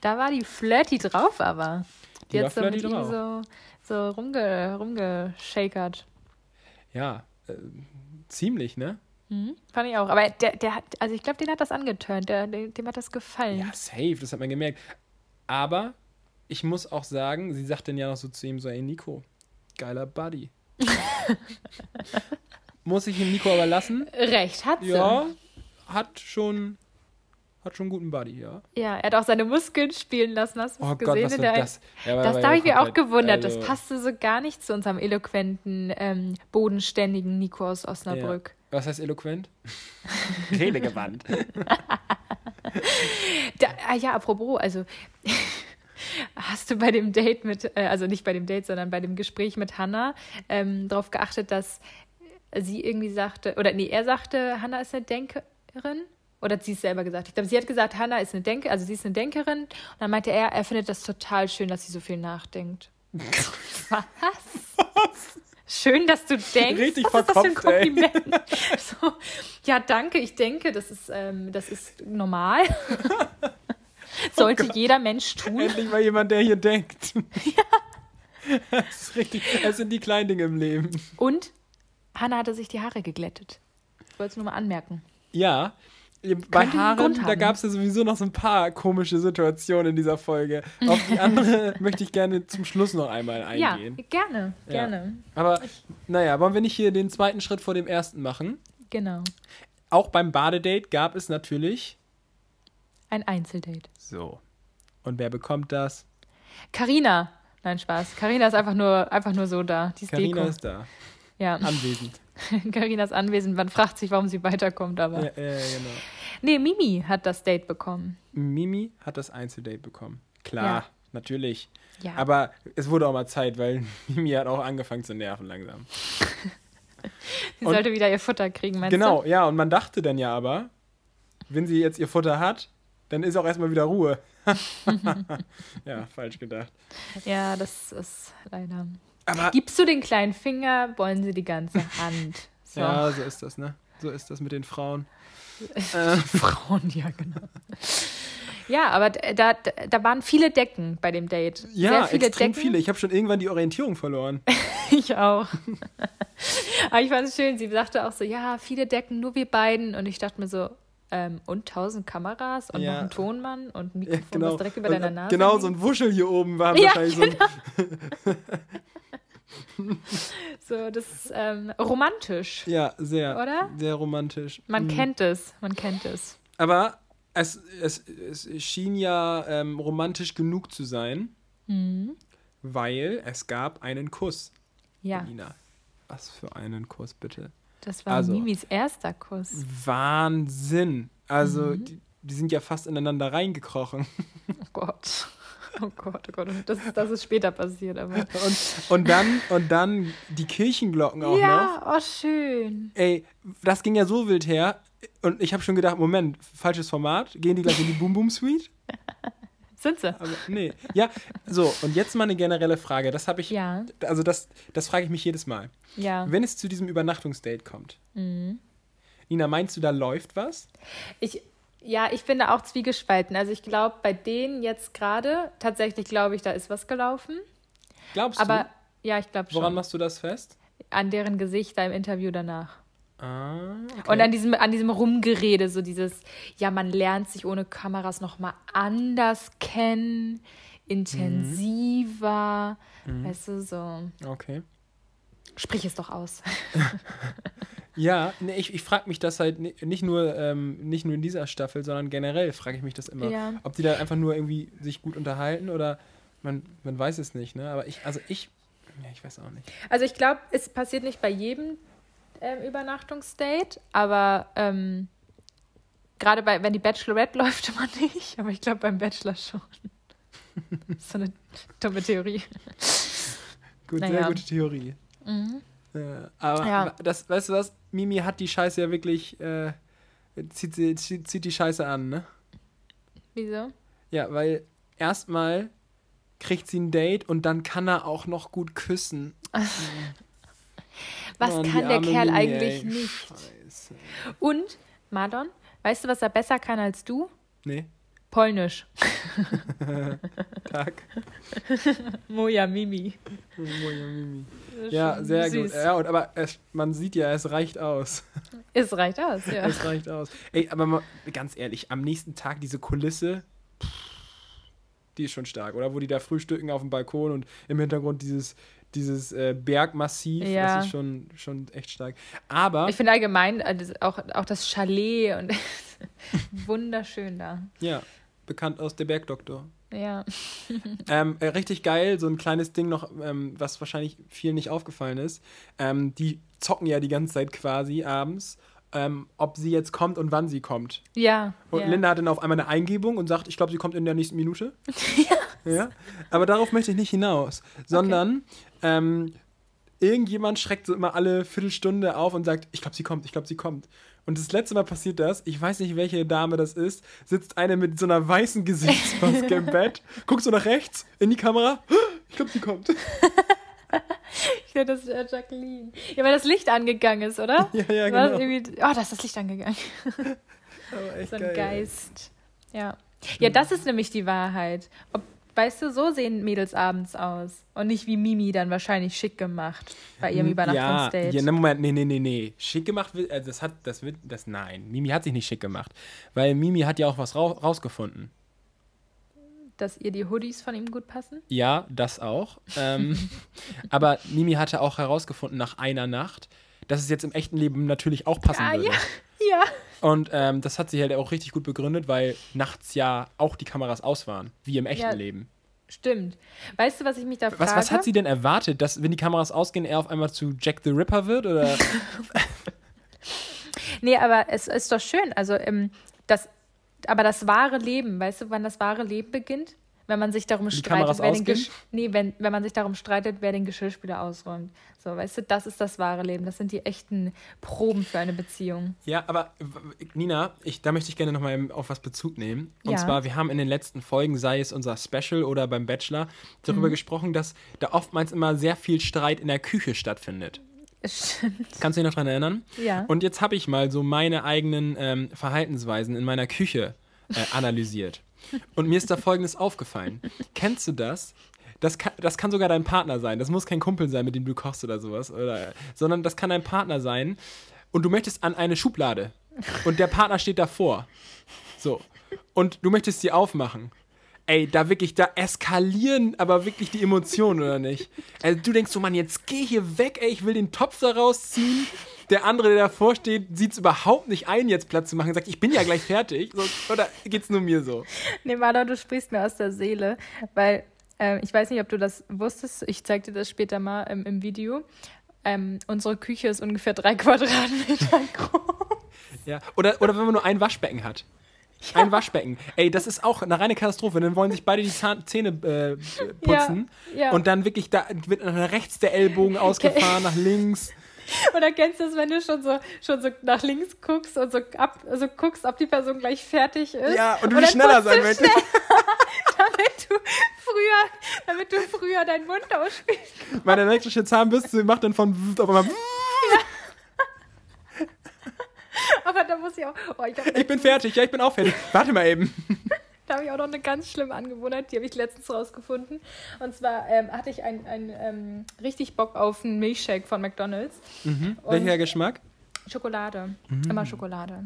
da war die Flirty drauf, aber.
Die
Die,
war
hat so
flirty
mit ihm
drauf.
so, so rumge, rumgeschakert.
Ja, äh, ziemlich, ne?
Mhm, fand ich auch. Aber der, der hat, also ich glaube, den hat das angeturnt. Der, dem, dem hat das gefallen.
Ja, safe, das hat man gemerkt. Aber ich muss auch sagen, sie sagt dann ja noch so zu ihm so, ey Nico, geiler
(laughs)
Buddy. muss ich ihm Nico aber lassen?
Recht hat sie.
Ja, hat schon, hat schon einen guten Buddy, ja.
Ja, er hat auch seine Muskeln spielen lassen. Hast du
Oh
es
Gott,
gesehen?
was
in
wird
der
das? also Ja,
Das, da habe ich mir auch gewundert.
Das
Das passte so gar nicht zu unserem eloquenten, ähm, bodenständigen Nico aus Osnabrück.
Was heißt
(laughs)
eloquent? Redegewandt.
Da, ah ja, apropos, also (laughs) hast du bei dem Date mit, äh, also nicht bei dem Date, sondern bei dem Gespräch mit Hannah ähm, darauf geachtet, dass sie irgendwie sagte, oder nee, er sagte, Hannah ist eine Denkerin? Oder hat sie es selber gesagt? Ich glaube, sie hat gesagt, Hannah ist eine Denkerin, also sie ist eine Denkerin. Und dann meinte er, er findet das total schön, dass sie so
(laughs)
viel nachdenkt. Was? Schön, dass du denkst.
Richtig
Was ist das für ein
verkopft, ey.
Kompliment? (laughs) So, ja, danke, ich denke, das ist, ähm, das ist normal.
Oh
Sollte jeder Mensch tun.
(laughs) Endlich mal jemand, der hier
(laughs)
denkt. (laughs) Das ist richtig. Es sind die kleinen Dinge im Leben.
Und Hannah hatte sich die Haare geglättet. Ich wollte es nur mal anmerken.
Ja, Bei
einen
Haaren,
Grund
da
haben.
gab es ja sowieso noch so ein paar komische Situationen in dieser Folge. Auf die
(laughs)
andere möchte ich gerne zum Schluss noch einmal
Ja,
eingehen.
gerne,
Ja.
gerne.
Aber naja, wollen wir nicht hier den zweiten Schritt vor dem ersten machen?
Genau.
Auch beim Badedate gab es natürlich
Ein Einzeldate.
so. Und wer bekommt das?
Carina. Nein, Spaß. Carina ist einfach nur, einfach nur so da. Die ist
Karina
Deko.
ist da,
ja. (laughs)
anwesend.
Carinas anwesend. Man fragt sich, warum sie weiterkommt,
ja,
aber.
ja, genau.
Nee, Mimi hat das Date bekommen.
Mimi hat das Einzeldate bekommen. Klar,
Ja.
natürlich.
Ja.
Aber es wurde auch mal Zeit, weil (laughs) Mimi hat auch angefangen zu nerven langsam.
sie
und-
sollte wieder ihr Futter kriegen, meinst
genau,
du?
ja, und man dachte dann ja aber, wenn sie jetzt ihr Futter hat, dann ist auch erstmal wieder
(laughs)
Ruhe. ja, falsch gedacht.
Ja, das ist leider.
Aber
Gibst du den kleinen Finger, wollen sie die ganze Hand. So.
ja, so ist das, ne? So ist das mit den Frauen.
Frauen, ja, genau. Ja, aber d- da, da da waren viele Decken bei dem Date.
Ja,
Sehr viele
extrem
Decken.
viele. Ich habe schon irgendwann die Orientierung verloren.
(laughs) Ich auch. Aber ich fand es schön. Sie sagte auch so, ja, viele Decken, nur wir beiden. Und ich dachte mir so, ähm, und tausend Kameras und
Ja.
noch ein Tonmann und ein
Ja,
Mikrofon,
genau.
was direkt über
Und,
deiner
äh,
Nase
genau,
hängt.
so ein Wuschel hier oben war
Ja, genau.
wahrscheinlich so ein,
so, das ist ähm, romantisch.
Ja, sehr.
Oder?
Sehr romantisch.
Man kennt es, man kennt es.
Aber es, es, es schien ja ähm, romantisch genug zu sein,
Mhm.
weil es gab einen Kuss,
Ja,
Nina. Was für einen Kuss, bitte.
das war
Also.
Mimis erster Kuss.
Wahnsinn. Also,
Mhm.
die, die sind ja fast ineinander reingekrochen. (laughs)
Oh Gott. (laughs) Oh Gott, oh Gott. Das, ist- das ist später passiert, aber.
Und, und, dann, und dann die Kirchenglocken auch noch.
Ja, oh, schön.
Ey, das ging ja so wild her. Und ich habe schon gedacht, Moment, falsches Format. Gehen die gleich in die Boom Boom Suite?
Sind sie?
Aber nee. Ja, so, und jetzt mal eine generelle Frage. Das habe ich,
Ja,
also das, das frage ich mich jedes Mal.
ja.
Wenn es zu diesem Übernachtungsdate kommt,
Mhm.
Nina, meinst du, da läuft was?
Ich, ja, ich bin da auch zwiegespalten. Also ich glaube, bei denen jetzt gerade, tatsächlich glaube ich, da ist was gelaufen.
Glaubst
Aber
du?
ja, ich glaube
Woran
schon.
machst du das fest?
An deren Gesichter im Interview danach.
Ah, okay.
Und an diesem, an diesem Rumgerede, so dieses, ja, man lernt sich ohne Kameras nochmal anders kennen, intensiver,
Mhm.
weißt du, so,
okay.
sprich es doch aus.
Ja, nee, ich, ich frage mich das halt ni- nicht nur, ähm, nicht nur in dieser Staffel, sondern generell frage ich mich das immer.
Ja.
Ob die da einfach nur irgendwie sich gut unterhalten oder man, man weiß es nicht, ne? Aber ich, also ich, ja, ich weiß auch nicht.
Also ich glaube, es passiert nicht bei jedem ähm, Übernachtungsdate, aber ähm, gerade bei, wenn die Bachelorette (laughs) läuft, immer nicht, aber ich glaube beim Bachelor schon. so eine dumme Theorie.
Gut, sehr
Naja.
gute Theorie. Äh, aber
Mhm. Ja.
das, weißt du was, Mimi hat die Scheiße ja wirklich, äh, zieht, sie- zieht, zieht die Scheiße an, ne?
Wieso?
Ja, weil erstmal kriegt sie ein Date und dann kann er auch noch gut küssen.
Was
Mann, die
kann der
arme
Kerl
Mimi,
eigentlich
ey.
nicht?
Scheiße.
Und, Madon, weißt du, was er besser kann als du?
Nee,
Polnisch.
Tag.
Moja Mimi.
Moja Mimi.
Das ist
Ja,
schon
sehr
süß.
gut. Ja, und, aber es, man sieht ja, es reicht aus.
Es reicht aus, ja.
Es reicht aus. Ey, aber mal, ganz ehrlich, am nächsten Tag diese Kulisse, pff, die ist schon stark, oder? Wo die da frühstücken auf dem Balkon und im Hintergrund dieses, dieses äh, Bergmassiv,
Ja.
das ist schon, schon echt stark. Aber,
(laughs) Ich finde allgemein äh, das- auch, auch das Chalet und (laughs) wunderschön da.
ja, bekannt aus der Bergdoktor.
Ja.
Ähm, äh, richtig geil, so ein kleines Ding noch, ähm, was wahrscheinlich vielen nicht aufgefallen ist. Ähm, die zocken ja die ganze Zeit quasi abends, ähm, ob sie jetzt kommt und wann sie kommt.
Ja.
Und
ja.
Linda hat dann auf einmal eine Eingebung und sagt, ich glaube, sie kommt in der nächsten
(laughs)
Minute. ja. Aber darauf möchte ich nicht hinaus, sondern ähm, irgendjemand schreckt so immer alle Viertelstunde auf und sagt, ich glaube, sie kommt, ich glaube, sie kommt. Und das letzte Mal passiert das, ich weiß nicht, welche Dame das ist, sitzt eine mit so einer
(laughs)
weißen Gesichtsmaske im Bett, guckt so nach rechts in die Kamera, (gasps) ich glaube, sie kommt. (laughs)
Ja, das ist äh, Jacqueline. Ja, weil das Licht angegangen ist, oder?
Ja, (laughs) ja, genau.
War das irgendwie- Oh, da ist das Licht angegangen. (laughs)
Aber echt
So ein
geil.
Geist. Ja. Ja, das ist nämlich die Wahrheit. Ob Weißt du, so sehen Mädels abends aus. Und nicht wie Mimi dann wahrscheinlich schick gemacht bei ihrem Übernachtungsdate.
Ja, ja, Mhm. ne, Moment, nee, nee, nee, nee. Schick gemacht wird, also das hat, das wird, das, nein. Mimi hat sich nicht schick gemacht. Weil Mimi hat ja auch was rau rausgefunden.
Dass ihr die Hoodies von ihm gut passen?
Ja, das auch.
(laughs)
Ähm, aber Mimi hatte auch herausgefunden nach einer Nacht, dass es jetzt im echten Leben natürlich auch passen
Ah,
würde.
ja. Ja.
Und ähm, das hat sich halt auch richtig gut begründet, weil nachts ja auch die Kameras aus waren, wie im echten
Ja,
Leben.
Stimmt. Weißt du, was ich mich da
Was,
frage?
was hat sie denn erwartet, dass wenn die Kameras ausgehen, er auf einmal zu Jack the Ripper wird?
(laughs)
Oder?
Nee, aber es ist doch schön. Also, ähm, das, aber das wahre Leben, weißt du, wann das wahre Leben beginnt? Wenn man sich darum
Kameras
streitet, wer den
ausgehen?
Gesch nee, wenn, wenn man sich darum streitet, wer den Geschirrspüler ausräumt. So, weißt du, das ist das wahre Leben. Das sind die echten Proben für eine Beziehung.
Ja, aber w- Nina, ich, da möchte ich gerne nochmal auf was Bezug nehmen. Und
Ja.
zwar, wir haben in den letzten Folgen, sei es unser Special oder beim Bachelor, darüber gesprochen, dass da oftmals immer sehr viel Streit in der Küche stattfindet.
Stimmt.
Kannst du dich noch dran erinnern?
Ja.
Und jetzt habe ich mal so meine eigenen ähm, Verhaltensweisen in meiner Küche äh, analysiert. Und mir ist da Folgendes aufgefallen. Kennst du das? Das kann, das kann sogar dein Partner sein. Das muss kein Kumpel sein, mit dem du kochst oder sowas. Oder, sondern das kann dein Partner sein. Und du möchtest an eine Schublade. Und der Partner steht davor. So. Und du möchtest sie aufmachen. Ey, da wirklich, da eskalieren aber wirklich die Emotionen, oder nicht? Also du denkst so, Mann, jetzt geh hier weg, ey, ich will den Topf da rausziehen. Der andere, der davor steht, sieht es überhaupt nicht ein, jetzt Platz zu machen. Sagt, ich bin ja gleich fertig. So, oder geht's nur mir so?
(laughs) Nee, Mara, du sprichst mir aus der Seele, weil ähm, ich weiß nicht, ob du das wusstest. Ich zeig dir das später mal ähm, im Video. Ähm, unsere Küche ist ungefähr drei Quadratmeter (laughs) groß.
Ja. Oder, oder wenn man nur ein Waschbecken hat. Ein Waschbecken. Ey, das ist auch eine reine Katastrophe. Dann wollen sich beide die Zahn Zähne äh, putzen.
ja.
Und dann wirklich, da wird nach rechts der Ellbogen ausgefahren, nach links.
Oder kennst du das, wenn du schon so, schon so nach links guckst und so, ab, so guckst, ob die Person gleich fertig ist?
Ja, und du
dann
willst schneller
putzt du
sein möchtest. (laughs)
schnell, Damit du früher, damit du früher deinen Mund ausspielst.
Meine elektrische Zahnbürste macht dann von auf einmal.
Aber da muss ich auch, oh, ich hab,
Ich bin fertig, ja, ich bin auch fertig. Warte mal eben.
da habe ich auch noch eine ganz schlimme Angewohnheit, die habe ich letztens rausgefunden. Und zwar ähm, hatte ich ein, ein, ähm, richtig Bock auf einen Milchshake von McDonalds. Und-
Welcher Geschmack?
Schokolade.
Mhm.
Immer Schokolade.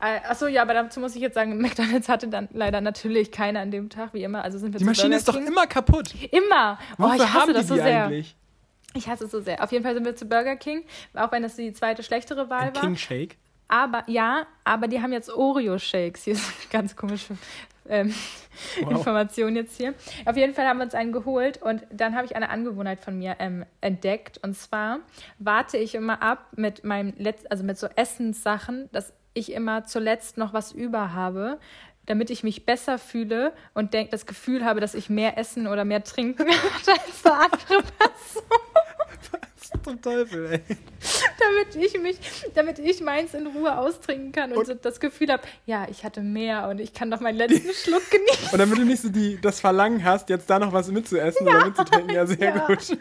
Äh, achso, ja, aber dazu muss ich jetzt sagen, (laughs) McDonalds hatte dann leider natürlich keine an dem Tag, wie immer. Also sind wir
Die
zu
Maschine
Burger
ist doch
King.
immer kaputt.
Immer. Oh,
Wofür
ich hasse
haben
das
die
so
die
sehr.
eigentlich?
Ich hasse es so sehr. Auf jeden Fall sind wir zu Burger King, auch wenn das die zweite schlechtere Wahl
Ein
war.
King Shake.
Aber ja, aber die haben jetzt Oreo-Shakes. Hier ist eine ganz komische ähm, Information jetzt hier. Auf jeden Fall haben wir uns einen geholt und dann habe ich eine Angewohnheit von mir ähm, entdeckt. Und zwar warte ich immer ab mit meinem Letz also mit so Essenssachen, dass ich immer zuletzt noch was über habe, damit ich mich besser fühle und denk, das Gefühl habe, dass ich mehr essen oder mehr trinken (laughs) werde als der andere
Zum Teufel, ey.
(laughs) damit ich mich, damit ich meins in Ruhe austrinken kann und,
Und-
so das Gefühl habe, ja, ich hatte mehr und ich kann noch
(laughs)
meinen letzten Schluck genießen.
Und damit du nicht so die, das Verlangen hast, jetzt da noch was mitzuessen oder mitzutrinken, ja, sehr
ja.
gut.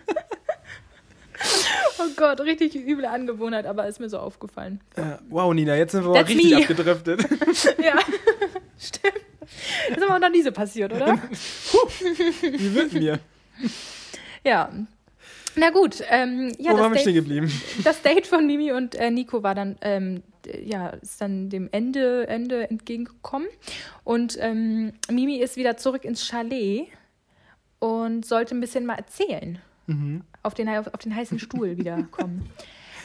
Oh Gott, richtig üble Angewohnheit, aber ist mir so aufgefallen. (laughs)
Ja, Äh, Wow, Nina, jetzt sind wir aber
That's
richtig
me.
abgedriftet.
Ja, (laughs) stimmt. Das ist aber noch nie so passiert, oder?
(laughs) Wie wird mir?
Ja. Na gut, ähm, ja,
Wo waren wir
das,
stehen
Date,
geblieben?
das Date von Mimi und äh, Nico war dann, ähm, d- ja, ist dann dem Ende, Ende entgegengekommen. Und ähm, Mimi ist wieder zurück ins Chalet und sollte ein bisschen mal erzählen.
Mhm.
auf den, auf, auf den heißen Stuhl wieder kommen.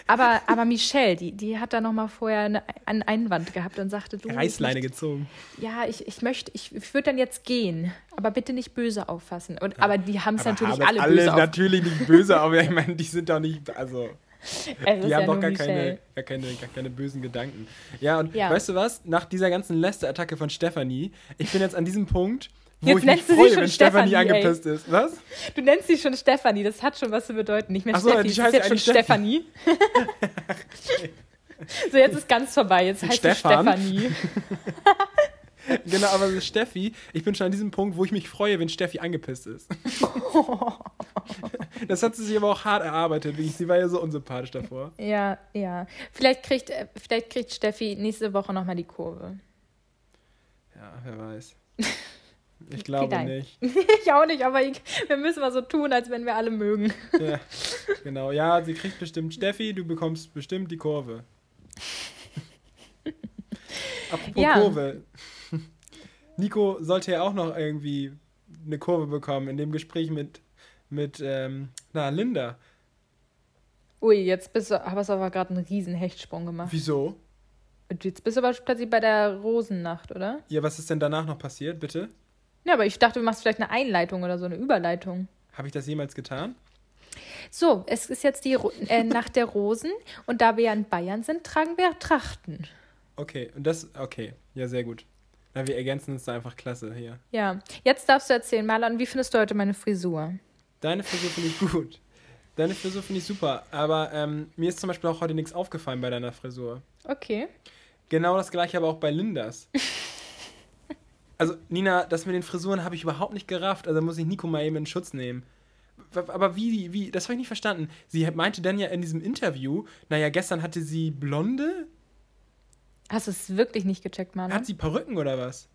Aber, aber Michelle, die, die hat da nochmal vorher eine, einen Einwand gehabt und sagte, du,
Reißleine gezogen.
Ich, möcht- ja, ich, ich möchte, ich, ich würde dann jetzt gehen, aber bitte nicht böse auffassen. Und, aber die haben es
Aber
natürlich
haben
alle,
alle
böse aufgefasst.
natürlich nicht böse, aber ich meine, die sind doch nicht, also...
Es ist
Die haben
nur
doch gar
Michelle.
keine, gar, keine, gar keine bösen Gedanken. Ja, und
Ja.
weißt du was? Nach dieser ganzen Lästerattacke von Stefanie, ich bin jetzt an diesem Punkt, wo
Jetzt
ich mich
nennst du sie
freue,
schon
wenn Stefanie,
Stefanie, ey.
angepisst ist. Was? (laughs)
Du nennst sie schon Stefanie, das hat schon was zu bedeuten. Nicht mehr
Ach so,
Steffi,
die
es
heißt
ist jetzt schon
eigentlich
Stefanie. (laughs) so, jetzt ist ganz vorbei, jetzt heißt
Stefan.
sie Stefanie.
Genau, aber so Steffi, ich bin schon an diesem Punkt, wo ich mich freue, wenn Steffi angepisst
(laughs)
ist. Das hat sie sich aber auch hart erarbeitet. wirklich. Sie war ja so unsympathisch davor.
Ja, ja. Vielleicht kriegt, äh, vielleicht kriegt Steffi nächste Woche nochmal die Kurve.
Ja, wer weiß. Ich glaube
Dank.
nicht.
(laughs) ich auch nicht, aber ich, wir müssen mal so tun, als wenn wir alle mögen.
Ja, genau. Ja, sie kriegt bestimmt Steffi, du bekommst bestimmt die Kurve. Apropos
Ja.
Kurve. Nico sollte ja auch noch irgendwie eine Kurve bekommen in dem Gespräch mit, mit ähm, na, Linda.
Ui, jetzt bist du, hast du aber gerade einen riesen Hechtsprung gemacht.
Wieso?
Und jetzt bist du aber plötzlich bei der Rosennacht, oder?
Ja, was ist denn danach noch passiert, bitte?
Ja, aber ich dachte, du machst vielleicht eine Einleitung oder so, eine Überleitung.
Habe ich das jemals getan?
So, es ist jetzt die Ro äh, Nacht der Rosen und da wir ja in Bayern sind, tragen wir Trachten.
Okay, und das, okay. Ja, sehr gut. Na, wir ergänzen uns da einfach klasse hier.
Ja, jetzt darfst du erzählen, Marlon, wie findest du heute meine Frisur?
Deine Frisur finde ich gut. Deine Frisur finde ich super. Aber ähm, mir ist zum Beispiel auch heute nichts aufgefallen bei deiner Frisur.
Okay.
Genau das gleiche aber auch bei Lindas. Also, Nina, das mit den Frisuren habe ich überhaupt nicht gerafft. Also muss ich Nico mal eben in Schutz nehmen. W- Aber wie, wie, das habe ich nicht verstanden. Sie meinte dann ja in diesem Interview, naja, gestern hatte sie Blonde?
Hast du es wirklich nicht gecheckt, Marlon?
Hat sie Perücken oder was?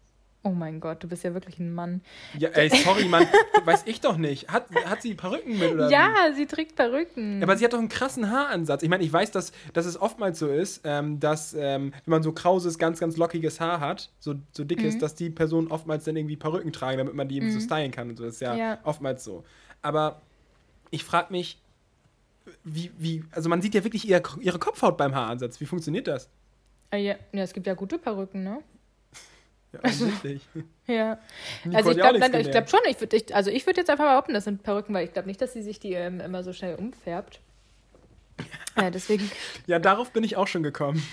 Oh mein Gott, du bist ja wirklich ein Mann.
Ja, ey, sorry, Mann, weiß ich doch nicht. Hat, hat sie Perücken mit oder wie?
Ja, sie trägt Perücken.
Ja, Aber sie hat doch einen krassen Haaransatz. Ich meine, ich weiß, dass, dass es oftmals so ist, ähm, dass ähm, wenn man so krauses, ganz, ganz lockiges Haar hat, so, so dickes,
Mhm.
dass die Personen oftmals dann irgendwie Perücken tragen, damit man die eben so stylen kann und so. Das ist ja,
Ja.
oftmals so. Aber ich frage mich, wie, wie, also man sieht ja wirklich ihr, ihre Kopfhaut beim Haaransatz. Wie funktioniert das?
Ah, ja. ja, es gibt ja gute Perücken, ne?
Ja,
(laughs)
offensichtlich.
Ja.
Nico
Also
hat
ich
ja auch
glaube
nichts
ich glaub
gelernt.
schon, ich würde ich, also ich würde jetzt einfach mal behaupten, das sind Perücken, weil ich glaube nicht, dass sie sich die ähm, immer so schnell
(laughs)
umfärbt. Ja, deswegen.
Ja, darauf bin ich auch schon gekommen.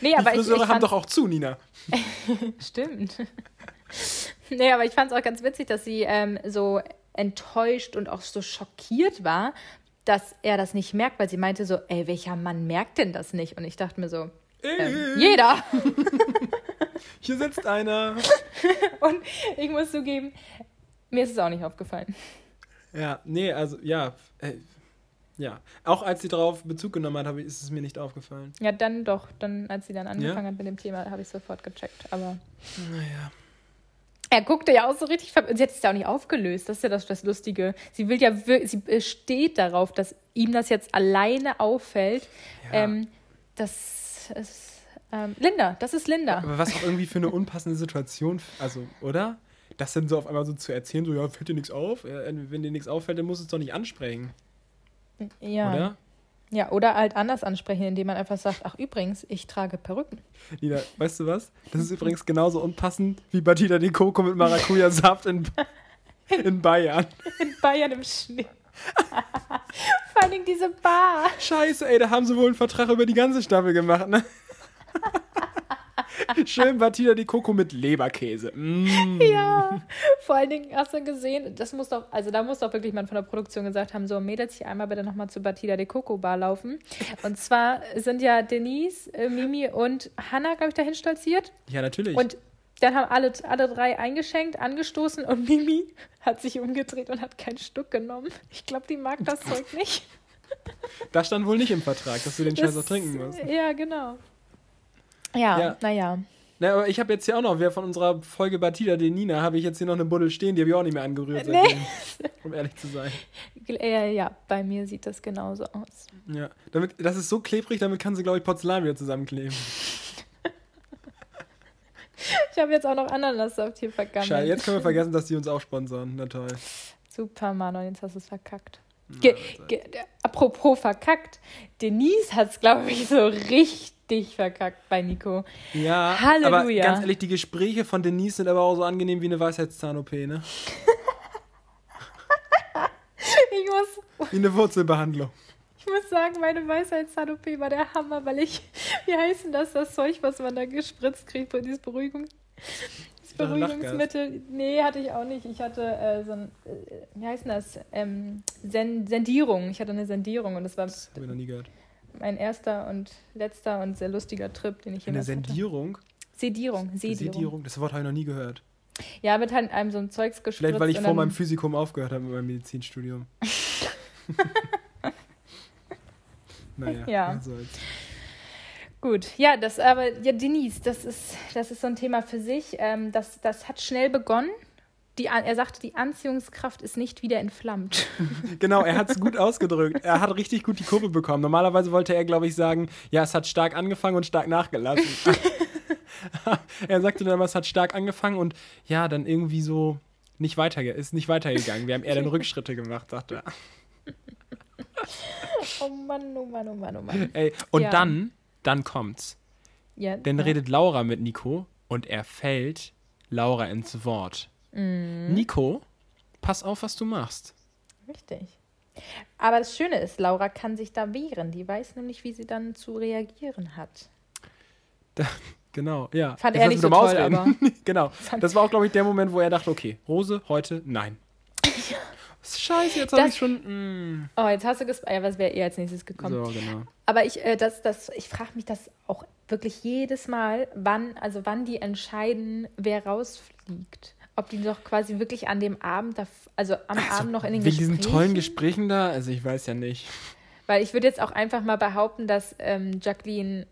Nee,
Die
aber ich, ich
Friseure haben
fand's-
doch auch zu, Nina.
Stimmt. (laughs) nee, aber ich fand es auch ganz witzig, dass sie ähm, so enttäuscht und auch so schockiert war, dass er das nicht merkt, weil sie meinte so, ey, welcher Mann merkt denn das nicht? Und ich dachte mir so,
(laughs)
ähm,
Äh,
jeder. (laughs)
Hier sitzt einer.
Und ich muss zugeben, mir ist es auch nicht aufgefallen.
Ja, nee, also ja. Äh, ja. Auch als sie darauf Bezug genommen hat, hab ich, ist es mir nicht aufgefallen.
Ja, dann doch. Dann, als sie dann angefangen
Ja?
hat mit dem Thema, habe ich sofort gecheckt. Aber
Naja.
er guckte ja auch so richtig. ver- Sie hat es ja auch nicht aufgelöst. Das ist ja das, das Lustige. Sie will ja, wir- sie besteht darauf, dass ihm das jetzt alleine auffällt.
Ja.
Ähm, das ist ähm, Linda. Das ist Linda.
Aber was auch irgendwie für eine unpassende Situation, f- also, oder? Das dann so auf einmal so zu erzählen, so, ja, fällt dir nichts auf? Äh, Wenn dir nichts auffällt, dann musst du es doch nicht ansprechen,
Ja.
oder?
Ja, oder halt anders ansprechen, indem man einfach sagt: Ach übrigens, ich trage Perücken. (laughs)
Nina, weißt du was? Das ist übrigens genauso unpassend wie Batida de Coco mit Maracuja-Saft in, in Bayern.
In Bayern im Schnee. (laughs) Vor allen Dingen diese Bar. (laughs)
Scheiße, ey, da haben sie wohl einen Vertrag über die ganze Staffel gemacht, (laughs) ne? Schön Batida de Coco mit Leberkäse. Mm.
Ja, vor allen Dingen hast du gesehen, das muss doch, also da muss doch wirklich man von der Produktion gesagt haben, so Mädels hier einmal bitte nochmal zu Batida de Coco Bar laufen. Und zwar sind ja Denise, äh, Mimi und Hannah, glaube ich, dahin stolziert.
Ja, natürlich.
Und dann haben alle, alle drei eingeschenkt, angestoßen und Mimi hat sich umgedreht und hat kein Stück genommen. Ich glaube, die mag
(laughs)
das Zeug nicht.
Das stand wohl nicht im Vertrag, dass du den Scheiß
Das-
auch trinken musst.
Ja, genau. Ja,
Ja.
naja.
Na, aber ich habe jetzt hier auch noch, wer von unserer Folge Batida de Nina, habe ich jetzt hier noch eine Buddel stehen, die habe ich auch nicht mehr angerührt,
Nee.
seitdem,
(laughs)
um ehrlich zu sein.
Äh, ja, bei mir sieht das genauso aus.
Ja. Damit, das ist so klebrig, damit kann sie, glaube ich, Porzellan wieder zusammenkleben.
Ich habe jetzt auch noch Ananassaft hier vergammelt.
Scheiße, jetzt können wir vergessen, dass die uns auch sponsoren. Na toll.
Super, Manon, jetzt hast du es verkackt. Ge ge äh, apropos verkackt, Denise hat es, glaube ich, so richtig verkackt bei Nico.
Ja,
Halleluja.
aber ganz ehrlich, die Gespräche von Denise sind aber auch so angenehm wie eine Weisheitszahn-OP, ne?
Ich muss,
Wie eine Wurzelbehandlung.
ich muss sagen, meine Weisheitszahn-OP war der Hammer, weil ich, (laughs) wie heißt denn das, das Zeug, was man da gespritzt kriegt, für dieses Beruhigung, das
dachte, Lachgas.
Beruhigungsmittel? Nee, hatte ich auch nicht. Ich hatte äh, so ein, äh, wie heißt denn das, ähm, Sen Sendierung. Ich hatte eine Sendierung und das war
Das habe ich noch nie gehört.
mein erster und letzter und sehr lustiger Trip, den ich
Eine
jemals hatte.
Sendierung?
Sedierung, Sedierung.
Sedierung? Das Wort habe ich noch nie gehört.
Ja, mit halt einem so ein Zeugs gespritzt.
Vielleicht, weil ich
und
vor
dann-
meinem Physikum aufgehört habe mit meinem
(laughs)
Medizinstudium. (laughs) naja,
Ja.
was soll's.
Gut, ja, das aber, ja, Denise, das ist, das ist so ein Thema für sich. Ähm, das, das hat schnell begonnen. Die, An- er sagte, die Anziehungskraft ist nicht
(laughs)
wieder entflammt.
Genau, er hat es gut ausgedrückt. Er hat richtig gut die Kurve bekommen. Normalerweise wollte er, glaube ich, sagen, ja, es hat stark angefangen und stark nachgelassen.
(laughs)
er sagte dann, aber, es hat stark angefangen und ja, dann irgendwie so nicht weiter, ist nicht weitergegangen. Wir haben
(laughs)
eher dann Rückschritte gemacht, sagte er.
Oh Mann, oh Mann, oh Mann,
(laughs)
oh Mann.
Ey, und
Ja.
dann, dann kommt's.
Ja,
Dann
ja.
redet Laura mit Nico und er fällt Laura ins Wort.
Mhm.
Nico, pass auf, was du machst.
Richtig. Aber das Schöne ist, Laura kann sich da wehren. Die weiß nämlich, wie sie dann zu reagieren hat.
Da, genau, ja.
Fand
Jetzt
er
lass
nicht
mich
so
doch mal
toll,
(laughs) genau. Das war auch, glaube ich, der Moment, wo er dachte, okay, Rose, heute
(laughs)
nein. Scheiße, jetzt habe
Das-
ich schon. mm.
Oh, jetzt hast du gespannt. Ja, was wäre ihr als nächstes gekommen?
So, genau.
Aber ich, äh, das, das, ich frage mich das auch wirklich jedes Mal, wann, also wann die entscheiden, wer rausfliegt. Ob die doch quasi wirklich an dem Abend, dav- also am Abend noch in den
Wegen diesen tollen Gesprächen
Gesprächen-
da, also ich weiß ja nicht.
Weil ich würde jetzt auch einfach mal behaupten, dass ähm, Jacqueline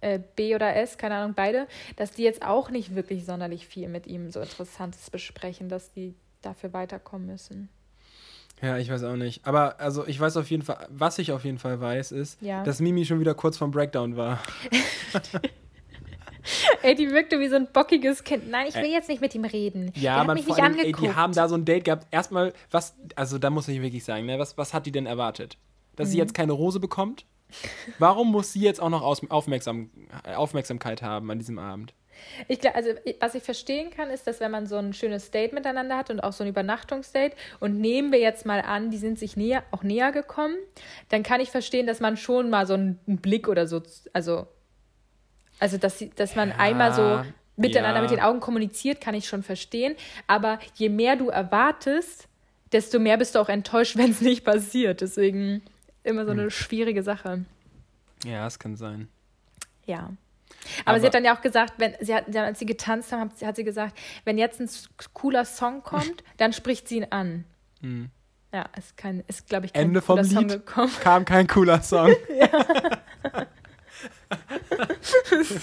äh, B oder S, keine Ahnung, beide, dass die jetzt auch nicht wirklich sonderlich viel mit ihm so Interessantes besprechen, dass die dafür weiterkommen müssen.
Ja, ich weiß auch nicht. Aber also ich weiß auf jeden Fall, was ich auf jeden Fall weiß, ist,
Ja.
dass Mimi schon wieder kurz vom Breakdown war.
Ey, die wirkte wie so ein bockiges Kind. Nein, ich will jetzt nicht mit ihm reden. Der
Ja,
hat
man
mich
vor
nicht
allem, ey,
angeguckt.
die haben da so ein Date gehabt. Erstmal, was, also da muss ich wirklich sagen, ne, was, was hat die denn erwartet? Dass
Mhm.
sie jetzt keine Rose bekommt? Warum muss sie jetzt auch noch aus, aufmerksam, Aufmerksamkeit haben an diesem Abend?
Ich glaube, also was ich verstehen kann, ist, dass wenn man so ein schönes Date miteinander hat und auch so ein Übernachtungsdate und nehmen wir jetzt mal an, die sind sich näher, auch näher gekommen, dann kann ich verstehen, dass man schon mal so einen Blick oder so, also also dass sie, dass man einmal so miteinander
ja.
mit den Augen kommuniziert, kann ich schon verstehen. Aber je mehr du erwartest, desto mehr bist du auch enttäuscht, (laughs) wenn es nicht passiert. Deswegen immer so eine schwierige Sache.
Ja, es kann sein.
Ja. Aber,
Aber-
sie hat dann ja auch gesagt, wenn sie hat, dann, als sie getanzt haben, hat sie, hat sie gesagt, wenn jetzt ein s- cooler
(laughs)
Song kommt, dann spricht sie ihn an. Ja, ist kein, ist glaube ich kein
Mhm. Ende vom
cooler Song
Lied (laughs)
gekommen.
kam kein cooler
(laughs)
Song. (laughs)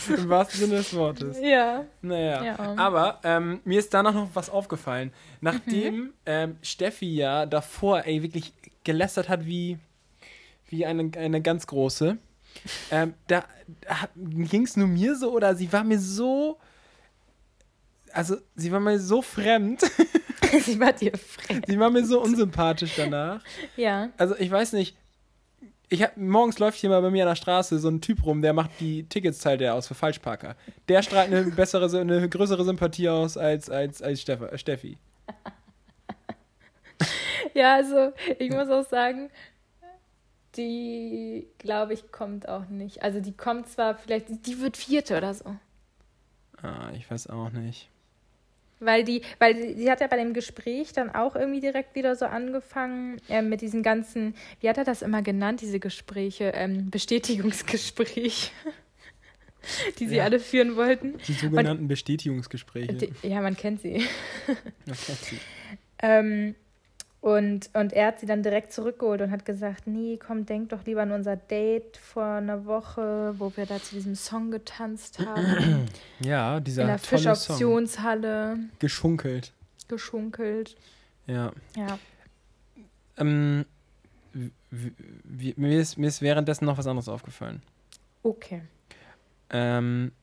Im wahrsten Sinne des Wortes. (laughs)
Ja.
Naja,
Ja.
aber ähm, mir ist danach noch was aufgefallen. Nachdem ähm, Steffi ja davor ey, wirklich gelästert hat wie, wie eine, eine ganz große, ähm, da ging es nur mir so oder sie war mir so, also sie war mir so fremd, (laughs)
sie war dir fremd.
sie war mir so unsympathisch danach.
Ja.
Also ich weiß nicht, ich hab, morgens läuft hier mal bei mir an der Straße so ein Typ rum, der macht die Tickets teilt der aus für Falschparker. Der strahlt eine
(laughs)
bessere, eine größere Sympathie aus als, als, als Steff- Steffi.
Ja, also ich muss auch sagen, die, glaube ich, kommt auch nicht. Also die kommt zwar vielleicht, die wird vierte oder so.
Ah, ich weiß auch nicht.
Weil die, weil die- sie hat ja bei dem Gespräch dann auch irgendwie direkt wieder so angefangen ähm, mit diesen ganzen, wie hat er das immer genannt, diese Gespräche, ähm, Bestätigungsgespräch, (laughs) die sie
Ja.
alle führen wollten.
Die sogenannten Bestätigungsgespräche.
Die, ja, man kennt sie.
Das kennt sie.
Ähm, und, und er hat sie dann direkt zurückgeholt und hat gesagt, nee, komm, denk doch lieber an unser Date vor einer Woche, wo wir da zu diesem
(clears throat)
Song getanzt haben,
ja,
in
dieser
der
tolle Song.
Fischauktionshalle
Geschunkelt.
geschunkelt.
Ja.
Ja.
Ähm, w- w- w- mir, ist, mir ist währenddessen noch was anderes aufgefallen.
Okay.
Ähm,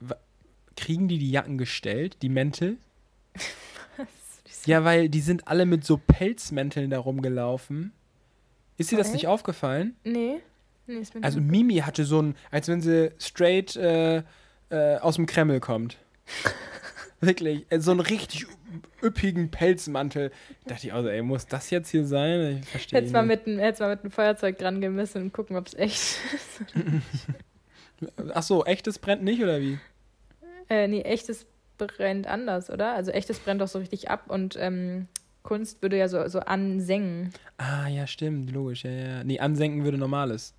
wa- kriegen die die Jacken gestellt, die Mäntel? Ja, weil die sind alle mit so Pelzmänteln da rumgelaufen. Ist dir das
Echt?
nicht aufgefallen?
Nee. Nee, ist mir nicht
Also Mimi hatte so ein, als wenn sie straight äh, äh, aus dem Kreml
(laughs)
kommt. Wirklich, äh, so einen richtig üppigen Pelzmantel. Dachte ich also, ey, muss das jetzt hier sein? Ich verstehe
Jetzt mal,
nicht.
mit, jetzt mal mit einem Feuerzeug dran gemessen und gucken, ob es echt ist. (laughs)
Ach so, echtes brennt nicht oder wie?
Äh, nee, echtes brennt anders, oder? Also echtes brennt doch so richtig ab und ähm, Kunst würde ja so, so ansengen.
Ah, ja, stimmt, logisch, ja, ja. Nee, ansenken würde normales.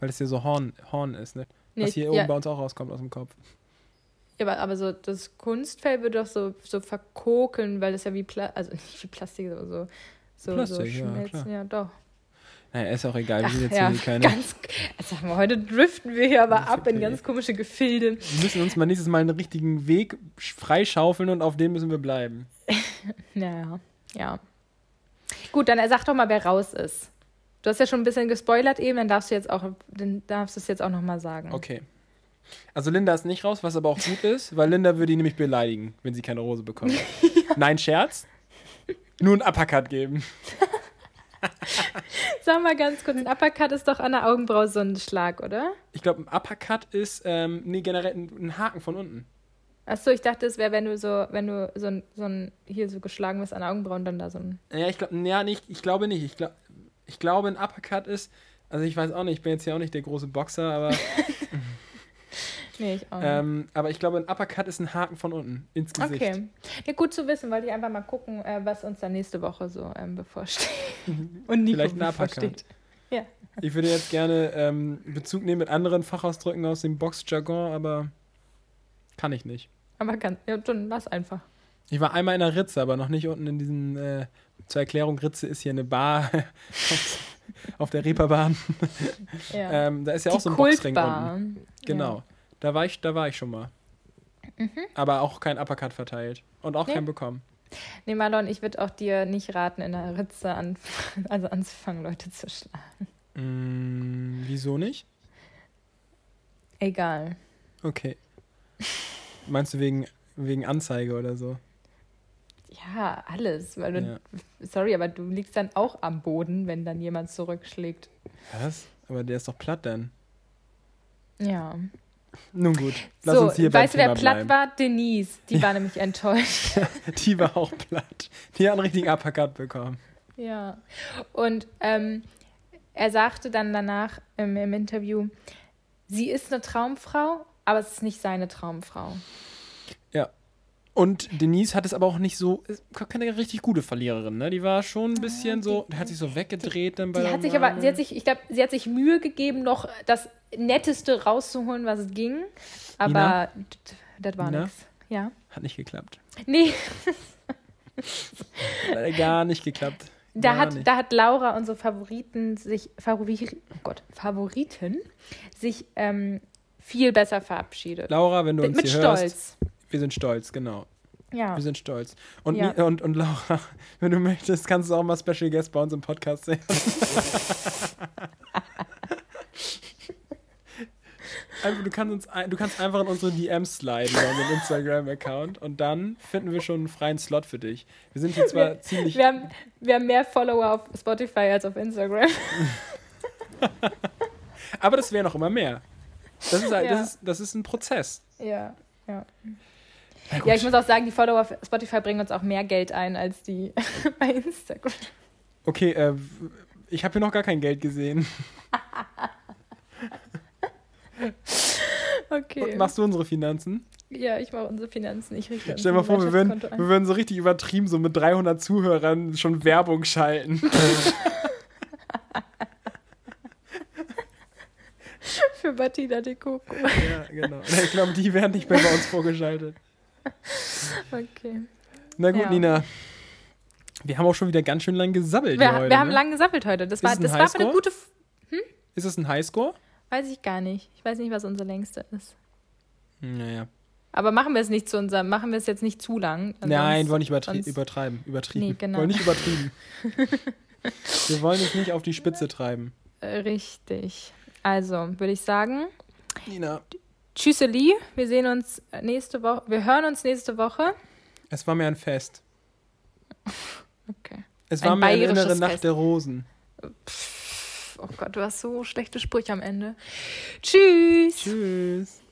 Weil es hier so Horn, Horn ist, ne?
Nee,
Was hier
ja.
oben bei uns auch rauskommt aus dem Kopf.
Ja, aber, aber so das Kunstfell würde doch so, so (laughs) verkokeln, weil das ja wie Pla also nicht wie Plastik, aber so, so, so
Plastik, ja,
schmelzen.
klar.
Ja, doch.
Naja, ist auch egal, wir
Ach,
sind jetzt
ja,
hier keine.
(laughs) ganz, also haben wir heute driften wir hier aber ab in ganz komische Gefilde.
Wir müssen uns mal nächstes Mal einen richtigen Weg sch- freischaufeln und auf dem müssen wir bleiben.
Naja, ja. Gut, dann sag doch mal, wer raus ist. Du hast ja schon ein bisschen gespoilert eben, dann darfst du jetzt auch, dann darfst du es jetzt auch nochmal sagen.
Okay. Also Linda ist nicht raus, was aber auch gut ist, weil Linda würde ihn nämlich beleidigen, wenn sie keine Rose bekommt. Nein, Scherz. Nur ein Uppercut geben.
Sag mal ganz kurz, ein Uppercut ist doch an der Augenbraue so ein Schlag, oder?
Ich glaube, ein Uppercut ist, ähm, nee, generell ein, ein Haken von unten.
Achso, ich dachte, es wäre, wenn du so, wenn du so ein, so ein, hier so geschlagen wirst an der Augenbraue und dann da so ein.
Ja, ich glaube, ja, nicht, ich glaube nicht. Ich, glaub, ich glaube, ein Uppercut ist, also ich weiß auch nicht, ich bin jetzt ja auch nicht der große Boxer, aber,
Nee, ich auch nicht.
ähm, aber ich glaube, ein Uppercut ist ein Haken von unten ins Gesicht.
Okay. Ja, gut zu wissen, wollte ich einfach mal gucken, äh, was uns dann nächste Woche so ähm, bevorsteht. (laughs) Und
Mhm.
Nico
Vielleicht ein
bevorsteht. Ja.
Ich würde jetzt gerne ähm, Bezug nehmen mit anderen Fachausdrücken aus dem Boxjargon, aber kann ich nicht.
Aber kann, ja, dann lass einfach.
Ich war einmal in der Ritze, aber noch nicht unten in diesen. Äh, zur Erklärung: Ritze ist hier eine Bar (laughs) auf, auf der Reeperbahn.
Ja.
Ähm, da ist ja auch so ein Boxring unten. Genau. Da, war ich, da war ich schon mal. Aber auch kein Uppercut verteilt. Und auch
Nee.
kein bekommen.
Ja. Nee, Marlon, ich würde auch dir nicht raten, in der Ritze an, (laughs) also anzufangen, Leute zu schlagen.
Mm, wieso nicht?
Egal.
Okay. Meinst du wegen, wegen Anzeige oder so?
Ja, alles. Weil du,
Ja.
Sorry, aber du liegst dann auch am Boden, wenn dann jemand zurückschlägt.
Was? Aber der ist doch platt dann.
Ja.
Nun gut, lass
so,
uns hier
weißt du,
beim Thema
wer platt
bleiben.
war? Denise.
(laughs)
Die war nämlich enttäuscht.
Die war auch platt. Die hat einen richtigen Uppercut bekommen.
Ja. Und ähm, er sagte dann danach im, im Interview, sie ist eine Traumfrau, aber es ist nicht seine Traumfrau.
Und Denise hat es aber auch nicht so, ist keine richtig gute Verliererin, ne? Die war schon ein bisschen so, hat sich so weggedreht dann bei
Ah, Die
der
hat sich aber,
Umarmung.
sie hat sich, ich glaube, sie hat sich Mühe gegeben, noch das Netteste rauszuholen, was es ging. Aber
Nina?
d- das war
Nina?
nichts. Ja.
Hat nicht geklappt.
Nee,
Leider Gar nicht geklappt.
Da
Gar
hat,
nicht.
da hat Laura, unsere Favoriten, sich, Favori, oh Gott, Favoritin, sich ähm, viel besser verabschiedet.
Laura, wenn du uns
Mit
hier
Stolz.
hörst, wir sind stolz, genau.
Ja.
Wir sind stolz. Und,
Ja.
Mi- und, und Laura, (laughs) wenn du möchtest, kannst du auch mal Special Guest bei uns im Podcast
(laughs)
sein. Einfach, du, kannst uns, ein- du kannst einfach in unsere DMs sliden bei unserem Instagram-Account und dann finden wir schon einen freien Slot für dich. Wir sind hier zwar ziemlich.
Wir, haben, wir haben mehr Follower auf Spotify als
(laughs)
auf Instagram.
Aber das wären noch immer mehr. Das ist, halt,
Ja.
das ist, das ist ein Prozess.
Ja. Ja.
Na gut.
ja, ich muss auch sagen, die Follower auf Spotify bringen uns auch mehr Geld ein als die (laughs) bei Instagram.
okay, äh, ich habe hier noch gar kein Geld gesehen.
Okay.
Machst du unsere Finanzen?
Ja, ich mache unsere Finanzen. Ich richte
Stell dir mal
unser
vor, wir würden,
Gemeinschaftskonto ein.
wir würden so richtig übertrieben, so mit 300 Zuhörern schon Werbung
(laughs)
schalten.
für Batina de Coco.
ja, genau. (laughs) Ich glaube, die werden nicht mehr bei uns vorgeschaltet.
Okay.
Na gut,
Ja.
Nina. Wir haben auch schon wieder ganz schön lang gesabbelt
Wir,
hier heute.
wir haben
ne?
lang gesammelt heute. Das war,
es ein
das war aber eine
Highscore?
gute. F-
Ist es ein Highscore?
Weiß ich gar nicht. Ich weiß nicht, was unsere längste ist.
Naja.
Aber machen wir es nicht zu unserem, machen wir es jetzt nicht zu lang. sonst-
Nein, wollen nicht übertrie
sonst-
übertreiben. Übertrieben.
Nee, genau.
Wollen nicht
(laughs)
übertrieben. wir wollen es nicht auf die Spitze treiben.
Äh, Richtig. Also, würde ich sagen,
Nina,
Tschüsseli, wir sehen uns nächste Woche, wir hören uns nächste Woche.
es war mir ein Fest.
(laughs) Okay.
Es
Ein
war mir eine
bayerisches
innere Nacht
Fest.
der Rosen.
Oh Gott, du hast so schlechte Sprüche am Ende. Tschüss.
Tschüss.